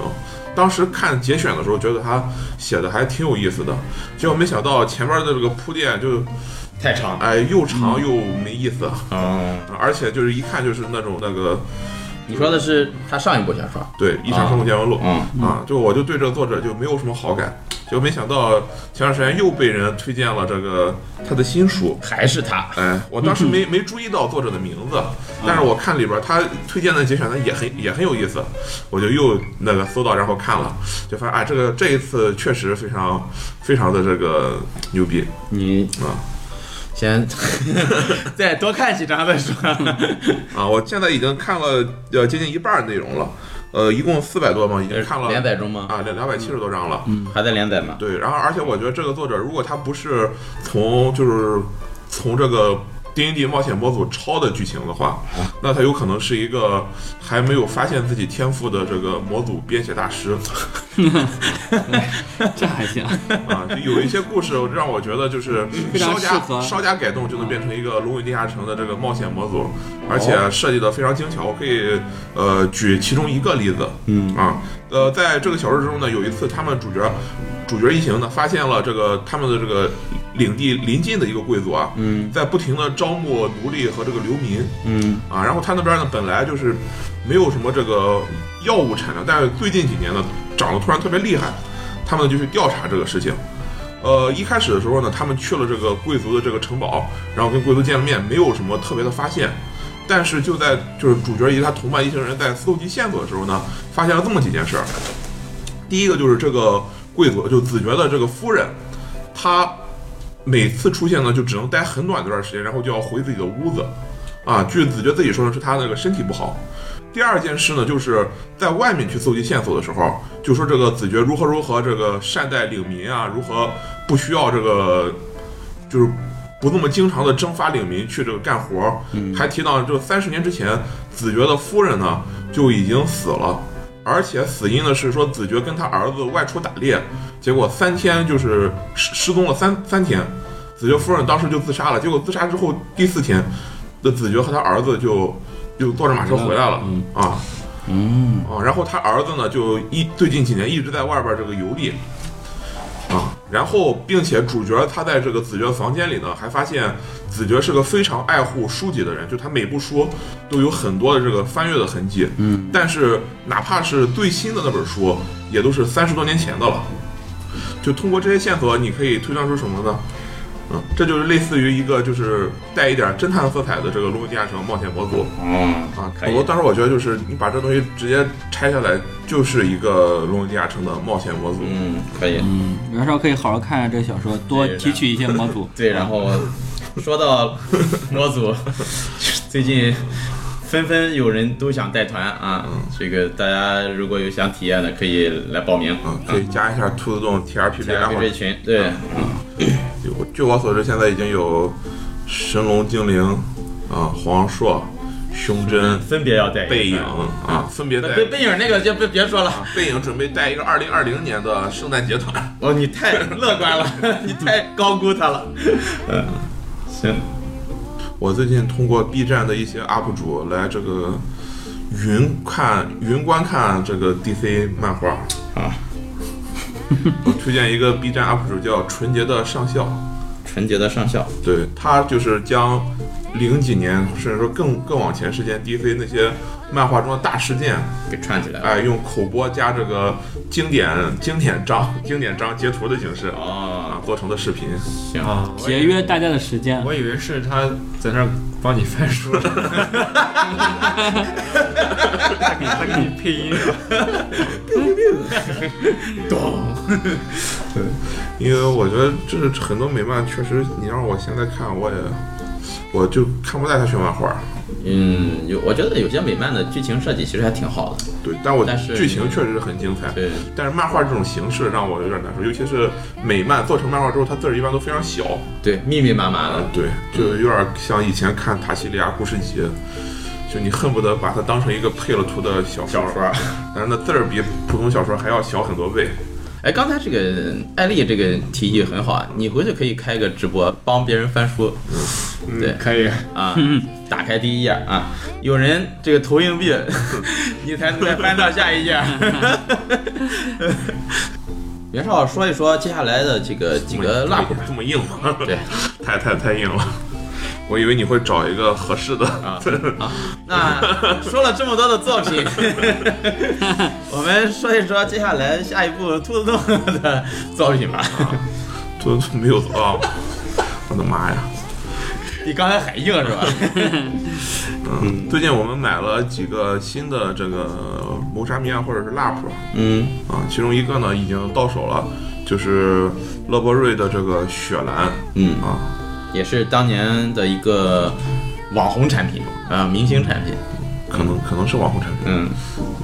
Speaker 2: 当时看节选的时候，觉得他写的还挺有意思的，结果没想到前面的这个铺垫就
Speaker 1: 太长了。
Speaker 2: 哎又长又没意思，啊
Speaker 1: 哦，
Speaker 2: 而且就是一看就是那种那个
Speaker 1: 你说的是他上一部小说，
Speaker 2: 对《一场生活见闻录》
Speaker 1: 嗯，
Speaker 2: 啊，就我就对这个作者就没有什么好感，就没想到前段时间又被人推荐了这个他的新书。
Speaker 1: 还是他。
Speaker 2: 哎，我当时没没注意到作者的名字，但是我看里边他推荐的节选，他也很也很有意思，我就又那个搜到，然后看了，就发现啊，这个这一次确实非常非常的这个牛逼
Speaker 1: 你
Speaker 2: 啊
Speaker 1: 先 再多 看几章再说。
Speaker 2: 啊！我现在已经看了呃接近一半内容了，呃，一共四百嗯多嘛，已经看了
Speaker 1: 连载中吗？
Speaker 2: 啊两两百七十多章了，
Speaker 1: 还在连载吗？
Speaker 2: 对，然后而且我觉得这个作者，如果他不是从就是从这个 D N D 冒险模组抄的剧情的话，那他有可能是一个还没有发现自己天赋的这个模组编写大师
Speaker 3: 这还行，
Speaker 2: 啊。就有一些故事让我觉得就是
Speaker 3: 非常
Speaker 2: 稍
Speaker 3: 适
Speaker 2: 加
Speaker 3: 合
Speaker 2: 稍加改动就能变成一个《龙与地下城》的这个冒险模组，
Speaker 3: 哦
Speaker 2: 而且设计的非常精巧。我可以呃举其中一个例子，
Speaker 1: 嗯
Speaker 2: 啊，呃，在这个小说之中呢，有一次他们主角主角一行呢，发现了这个他们的这个领地邻近的一个贵族啊，
Speaker 1: 嗯，
Speaker 2: 在不停的招募奴隶和这个流民
Speaker 1: 嗯，
Speaker 2: 啊，然后他那边呢本来就是没有什么这个药物产量，但是最近几年呢涨得突然特别厉害，他们就去调查这个事情。呃，一开始的时候呢，他们去了这个贵族的这个城堡，然后跟贵族见了面，没有什么特别的发现。但是就在就是主角以及他同伴一行人在搜集线索的时候呢，发现了这么几件事儿。第一个就是这个贵族，就子爵的这个夫人，她每次出现呢，就只能待很短的段时间，然后就要回自己的屋子。啊，据子爵自己说呢，是他那个身体不好。第二件事呢，就是在外面去搜集线索的时候，就说这个子爵如何如何这个善待领民啊，如何不需要这个就是不那么经常的征发领民去这个干活儿，还提到就三十年之前，子爵的夫人呢就已经死了，而且死因呢是说子爵跟他儿子外出打猎，结果三天就是失失踪了三三天，子爵夫人当时就自杀了，结果自杀之后第四天，的子爵和他儿子就就坐着马车回来了，啊。
Speaker 3: 嗯，
Speaker 2: 啊，然后他儿子呢，就一最近几年一直在外边这个游历，啊，然后并且主角他在这个子爵房间里呢，还发现子爵是个非常爱护书籍的人，就他每部书都有很多的这个翻阅的痕迹，嗯，但是哪怕是最新的那本书，也都是三十多年前的了，就通过这些线索，你可以推断出什么呢？嗯，这就是类似于一个就是带一点侦探色彩的这个《龙与地下城》冒险模组，
Speaker 1: 嗯，
Speaker 2: 啊，
Speaker 1: 可以
Speaker 2: 我当时我觉得就是你把这东西直接拆下来，就是一个《龙与地下城》的冒险模组。
Speaker 1: 嗯，可以。
Speaker 3: 袁绍可以好好看看这小说，多
Speaker 1: 对
Speaker 3: 提取一些模 组。
Speaker 1: 对，然后说到模组，最近纷纷有人都想带团啊，这个大家如果有想体验的，可以来报名。
Speaker 2: 啊，可以加一下兔子洞 TRPG
Speaker 1: 加
Speaker 2: 爱
Speaker 1: 入
Speaker 2: 好
Speaker 1: 这
Speaker 2: 者。
Speaker 1: 群，对，
Speaker 2: 有据我所知，现在已经有神龙精灵啊、黄硕、胸针、
Speaker 1: 嗯分别要带一个
Speaker 2: 背影
Speaker 1: 团
Speaker 2: 啊，分别带啊
Speaker 1: 背背影那个就别别说了，
Speaker 2: 背影准备带一个二零二零年的圣诞节团。
Speaker 1: 哦，你太乐观了， 你太高估他了。嗯，行，
Speaker 2: 我最近通过 B 站的一些 UP 主来这个云看云观看这个 DC 漫画
Speaker 1: 啊。
Speaker 2: 我推荐一个 B 站 UP 主叫纯洁的上校，
Speaker 1: 纯洁的上校，
Speaker 2: 对他就是将零几年甚至说更更往前时间 DC 那些漫画中的大事件，
Speaker 1: 给串起来了。
Speaker 2: 哎，用口播加这个经典经典章经典章截图的形式
Speaker 1: 哦，
Speaker 2: 啊做成的视频。
Speaker 1: 行，
Speaker 5: 啊，
Speaker 3: 节约大家的时间，
Speaker 5: 我以为是他在那儿帮你翻书，他 给他给你配音是吧？
Speaker 2: 因为我觉得就是很多美漫确实，你让我现在看我也我就看不待他学漫画。
Speaker 1: 嗯，有，我觉得有些美漫的剧情设计其实还挺好的。
Speaker 2: 对，但我
Speaker 1: 但是
Speaker 2: 剧情确实是很精彩。
Speaker 1: 对，
Speaker 2: 但是漫画这种形式让我有点难受，尤其是美漫做成漫画之后，它字儿一般都非常小，
Speaker 1: 对，密密麻麻
Speaker 2: 啊
Speaker 1: 的，，
Speaker 2: 对，就有点像以前看《塔西利亚故事集》，就你恨不得把它当成一个配了图的小
Speaker 1: 小说
Speaker 2: 说，但是那字儿比普通小说还要小很多倍。
Speaker 1: 哎，刚才这个艾丽这个提议很好啊，你回去可以开个直播，帮别人翻书对
Speaker 4: 嗯，可以。
Speaker 1: 啊，打开第一页啊，有人这个投硬币， 你才能再翻到下一页。 袁绍说一说接下来的这个几个
Speaker 2: 辣
Speaker 1: lap，
Speaker 2: 这么硬吗？
Speaker 1: 对，
Speaker 2: 太太太硬了。我以为你会找一个合适的啊，
Speaker 1: 那说了这么多的作品，我们说一说接下来下一部兔子洞的作品吧。
Speaker 2: 都都没有啊！我的妈呀！
Speaker 1: 你刚才很硬是吧？
Speaker 2: 嗯，最近我们买了几个新的这个谋杀谜案或者是 LAP
Speaker 1: 嗯，
Speaker 2: 啊，其中一个呢已经到手了，就是勒波瑞的这个雪兰，
Speaker 1: 嗯
Speaker 2: 啊，
Speaker 1: 也是当年的一个网红产品啊、明星产品。
Speaker 2: 可能可能是网红产品，
Speaker 1: 嗯，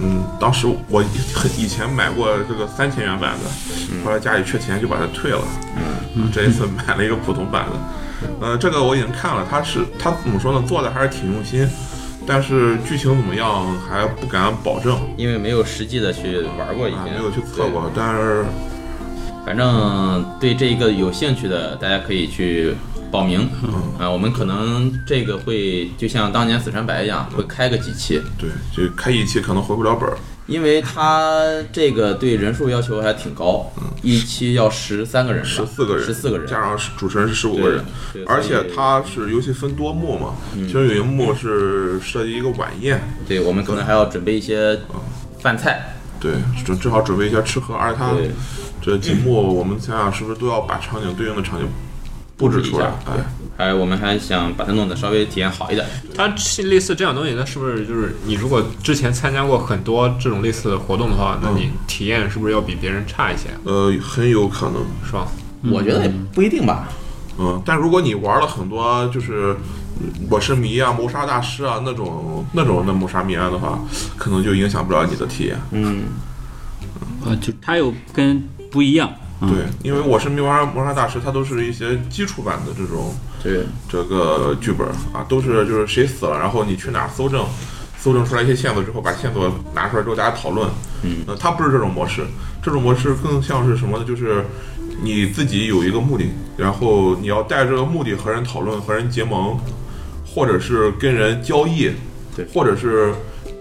Speaker 2: 嗯，当时我很以前买过这个三千元版的，
Speaker 1: 嗯
Speaker 2: 后来家里缺钱就把它退了。嗯，这一次买了一个普通版的。呃，这个我已经看了，它是它怎么说呢？做的还是挺用心，但是剧情怎么样还不敢保证，
Speaker 1: 因为没有实际的去玩过，已
Speaker 2: 啊
Speaker 1: 经、
Speaker 2: 没有去测过。但是
Speaker 1: 对。反正对这个有兴趣的，大家可以去报名。
Speaker 2: 嗯
Speaker 1: 啊，我们可能这个会就像当年四川白一样，会开个几期，
Speaker 2: 对，就开一期可能回不了本儿。
Speaker 1: 因为它这个对人数要求还挺高，一期要十三个人吧，
Speaker 2: 嗯十四个人，
Speaker 1: 十四个人，
Speaker 2: 加上主持人是十五个人
Speaker 1: 对对，
Speaker 2: 而且
Speaker 1: 所以嗯
Speaker 2: 它是尤其分多幕嘛，其中有一幕是设计一个晚宴，
Speaker 1: 对我们可能还要准备一些
Speaker 2: 嗯
Speaker 1: 饭菜。
Speaker 2: 对，准正好准备一下吃喝，而且它
Speaker 1: 对
Speaker 2: 这几幕我们想想是不是都要把场景对应的场景布置出来？哎，
Speaker 1: 还有我们还想把它弄得稍微体验好一点，
Speaker 5: 它这类似这样东西，它是不是就是你如果之前参加过很多这种类似的活动的话，
Speaker 3: 嗯
Speaker 5: 那你体验是不是要比别人差一些，
Speaker 2: 呃，很有可能，
Speaker 5: 是吧？
Speaker 1: 我觉得也不一定吧。
Speaker 2: 嗯，但如果你玩了很多就是嗯我是迷啊、谋杀大师啊那种那种那谋杀谜案的话，可能就影响不了你的体验。
Speaker 3: 呃，就它有跟不一样，嗯、
Speaker 2: 对，因为我是迷玩谋杀大师，它都是一些基础版的这种
Speaker 1: 对，
Speaker 2: 这个剧本啊，都是就是谁死了，然后你去哪儿搜证，搜证出来一些线索之后，把线索拿出来之后大家讨论。
Speaker 1: 嗯，
Speaker 2: 呃，它不是这种模式，这种模式更像是什么呢？就是你自己有一个目的，然后你要带着这个目的和人讨论、和人结盟，或者是跟人交易，
Speaker 1: 对
Speaker 2: 或者是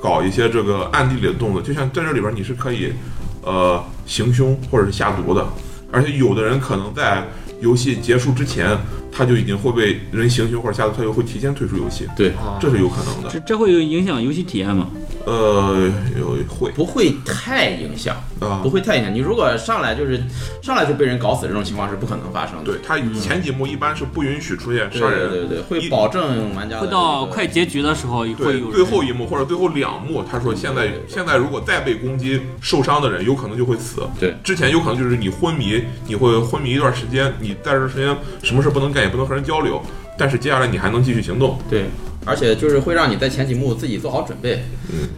Speaker 2: 搞一些这个暗地里的动作。就像在这里边，你是可以呃行凶或者是下毒的，而且有的人可能在游戏结束之前，他就已经会被人行凶或者下毒，他就会提前退出游戏，
Speaker 1: 对，
Speaker 2: 这是有可能的。
Speaker 3: 这这会有影响游戏体验吗？
Speaker 2: 呃，有会
Speaker 1: 不会太影响，
Speaker 2: 啊
Speaker 1: 不，会太影响。你如果上来就是上来就被人搞死，这种情况是不可能发生的。
Speaker 2: 对，他前几幕一般是不允许出现
Speaker 1: 对
Speaker 2: 杀人，
Speaker 1: 对对对，会
Speaker 2: 一
Speaker 1: 保证玩家的
Speaker 3: 会到
Speaker 1: 这个
Speaker 3: 快结局的时候会有
Speaker 2: 对，
Speaker 3: 人
Speaker 2: 最后一幕或者最后两幕，他说现在现在如果再被攻击受伤的人，有可能就会死。
Speaker 1: 对
Speaker 2: 之前有可能就是你昏迷，你会昏迷一段时间，你在这段时间什么事不能干，也不能和人交流，但是接下来你还能继续行动。
Speaker 1: 对，而且就是会让你在前几幕自己做好准备，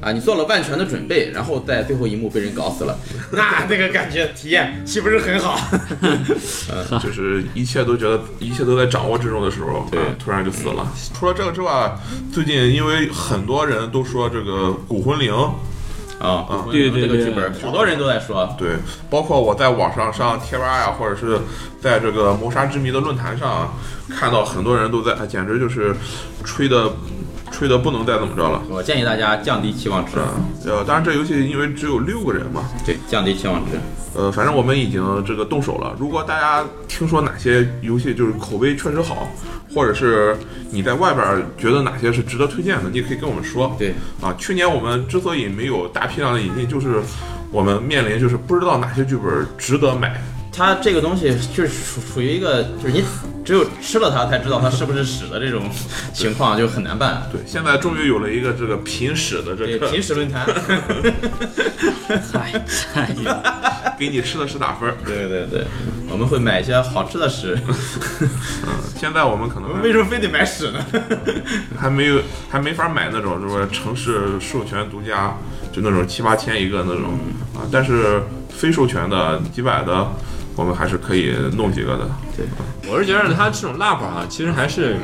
Speaker 1: 啊，你做了万全的准备，然后在最后一幕被人搞死了，那那个感觉体验岂不是很好？
Speaker 2: 就是一切都觉得一切都在掌握之中的时候，
Speaker 1: 对
Speaker 2: 啊突然就死了。除了这个之外，最近因为很多人都说这个骨魂灵，
Speaker 1: 啊，
Speaker 3: 对对
Speaker 1: 这个
Speaker 3: 对
Speaker 1: 剧本好多人都在说，
Speaker 2: 对，包括我在网上上贴吧呀，或者是在这个谋杀之谜的论坛上啊，看到很多人都在，哎简直就是吹的吹的不能再怎么着了。
Speaker 1: 我建议大家降低期望值，
Speaker 2: 啊，呃，当然这游戏因为只有六个人嘛，
Speaker 1: 对，降低期望值。
Speaker 2: 呃，反正我们已经这个动手了。如果大家听说哪些游戏就是口碑确实好，或者是你在外边儿觉得哪些是值得推荐的，你也可以跟我们说。
Speaker 1: 对
Speaker 2: 啊，去年我们之所以没有大批量的引进，就是我们面临就是不知道哪些剧本值得买。
Speaker 1: 它这个东西就是属属于一个，就是你只有吃了它才知道它是不是屎的这种情况，就很 难办。
Speaker 2: 对，现在终于有了一个这个评史的这
Speaker 1: 对，
Speaker 2: 个
Speaker 1: 平时论坛，
Speaker 3: 嗨，嗨
Speaker 2: 给你吃的是打分儿。嗯
Speaker 1: 对对对，我们会买一些好吃的屎。
Speaker 2: 现在我们可能还
Speaker 1: 为什么非得买屎呢？
Speaker 2: 还没有还没法买那种什么城市授权独家，就那种七八千一个那种啊，但是非授权的几百的，我们还是可以弄几个的。
Speaker 5: 我是觉得它这种 lab 啊，其实还是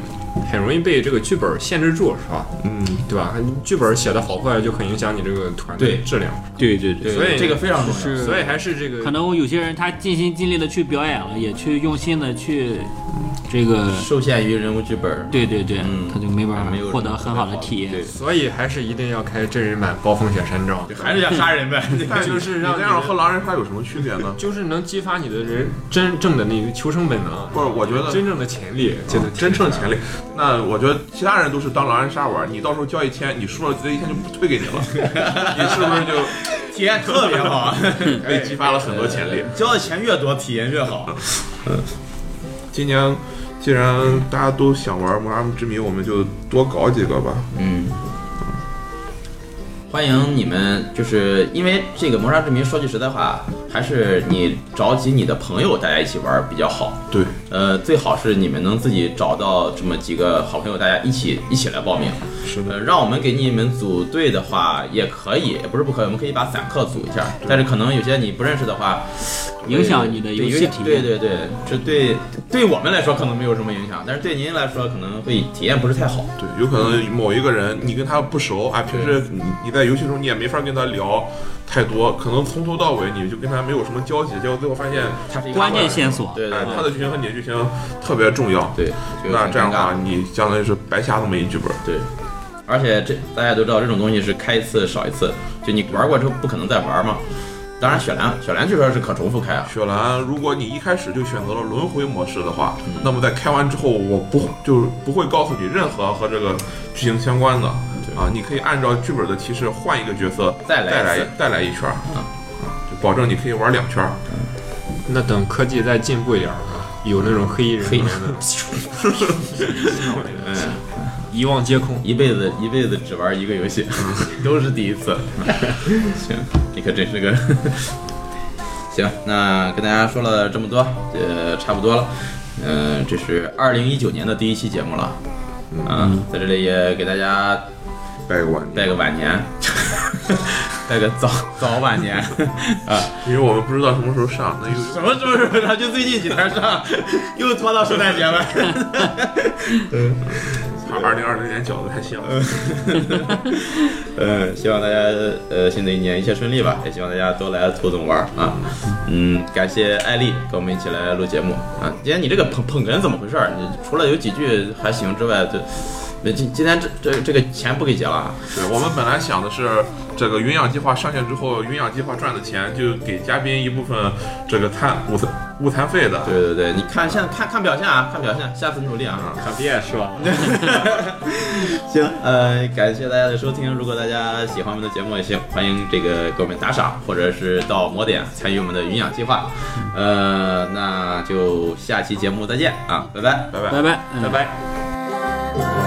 Speaker 5: 很容易被这个剧本限制住，是吧？
Speaker 2: 嗯，
Speaker 5: 对吧？剧本写的好坏就很影响你这个团队
Speaker 1: 对
Speaker 5: 质量，
Speaker 1: 对对
Speaker 5: 对所以
Speaker 1: 这个非常重要。
Speaker 3: 是
Speaker 5: 所以还是这个
Speaker 3: 可能有些人他尽心尽力的去表演了，也去用心的去嗯这个，
Speaker 1: 受限于人物剧本，
Speaker 3: 对对对，
Speaker 1: 嗯
Speaker 3: 他就没办
Speaker 1: 没有
Speaker 3: 法获得很好的体验。
Speaker 1: 对
Speaker 5: 所以还是一定要开真人版暴风雪山庄，
Speaker 1: 还是要杀人呗。
Speaker 2: 但
Speaker 5: 就是让
Speaker 2: 你这样
Speaker 5: 你
Speaker 2: 和狼人杀有什么区别呢？
Speaker 5: 就是能激发你的人真正的那个求生本能，啊
Speaker 2: 不是，我觉得
Speaker 5: 真正的潜力，
Speaker 2: 真
Speaker 1: 哦
Speaker 2: 的真正潜
Speaker 5: 力。
Speaker 2: 力。那我觉得其他人都是当狼人杀玩，你到时候交一千，你输了这一千就不退 给你了，你是不是 就
Speaker 4: 体验特别 好，哎
Speaker 2: 被激发了很多潜力？
Speaker 4: 交的钱越多，体验越好。
Speaker 2: 今年既然大家都想玩《魔阿姆之谜》，我们就多搞几个吧。
Speaker 1: 嗯，欢迎你们，就是因为这个《谋杀之谜》，说句实在话，还是你找几你的朋友，大家一起玩儿比较好。
Speaker 2: 对，
Speaker 1: 呃，最好是你们能自己找到这么几个好朋友，大家一起一起来报名。
Speaker 2: 是的，
Speaker 1: 呃，让我们给你们组队的话也可以，也不是不可以，我们可以把散客组一下。但是可能有些你不认识的话，
Speaker 3: 影响你的
Speaker 1: 对
Speaker 3: 游戏
Speaker 1: 有点
Speaker 3: 体验
Speaker 1: 对对对，这对对我们来说可能没有什么影响，但是对您来说可能会体验不是太好。
Speaker 2: 对，有可能某一个人你跟他不熟啊，平时你你在游戏中你也没法跟他聊太多，可能从头到尾你就跟他没有什么交集，结果最后发现，
Speaker 1: 它是一个
Speaker 3: 关键线索，
Speaker 1: 对对
Speaker 2: 哎，
Speaker 1: 对
Speaker 2: 他的剧情和你的剧情特别重要。
Speaker 1: 对，就
Speaker 2: 那
Speaker 1: 很
Speaker 2: 这样啊的
Speaker 1: 尴尬
Speaker 2: 话，你相当于是白瞎这么一剧本。
Speaker 1: 对，而且这大家都知道，这种东西是开一次少一次，就你玩过之后不可能再玩嘛。当然，雪兰雪兰据说是可重复开啊，
Speaker 2: 雪兰，如果你一开始就选择了轮回模式的话，
Speaker 1: 嗯
Speaker 2: 那么在开完之后，我不就是不会告诉你任何和这个剧情相关的
Speaker 1: 对
Speaker 2: 啊，你可以按照剧本的提示换一个角色，
Speaker 1: 再来一
Speaker 2: 再来
Speaker 1: 次嗯
Speaker 2: 再来一圈儿，啊，就保证你可以玩两圈儿。
Speaker 5: 那等科技再进步一点儿，啊有那种黑衣人
Speaker 1: 黑衣人
Speaker 5: 的，一望皆空。
Speaker 1: 一辈子一辈子只玩一个游戏， 都是第一次。行，你可真是个。 行，那跟大家说了这么多，呃，差不多了。嗯、这是二零一九年的第一期节目了。嗯，在这里也给大家
Speaker 2: 拜个晚年，
Speaker 1: 拜个晚年， 拜个早早晚年啊。
Speaker 2: 因为我们不知道什么时候上，那又
Speaker 1: 什么时候他就最近几天上，又拖到圣诞节了。
Speaker 2: 二零二零年饺子太香了。
Speaker 1: 嗯，希望大家呃新的一年一切顺利吧，也希望大家多来兔总玩儿啊。嗯，感谢艾丽跟我们一起来录节目啊。今天你这个捧捧哏怎么回事儿？你除了有几句还行之外，这今今天这这这个钱不给结了啊。
Speaker 2: 对，我们本来想的是，这个云养计划上线之后，云养计划赚的钱就给嘉宾一部分这个餐午餐午餐费的。
Speaker 1: 对对对，你啊看现在看看表现啊，看表现，下次努力啊。
Speaker 5: 可别是吧？
Speaker 1: 行，呃，感谢大家的收听。如果大家喜欢我们的节目，也行，欢迎这个给我们打赏，或者是到魔点参与我们的云养计划。呃，那就下期节目再见啊，拜拜。
Speaker 2: 拜拜。
Speaker 3: 拜拜，嗯
Speaker 5: 拜拜。
Speaker 6: la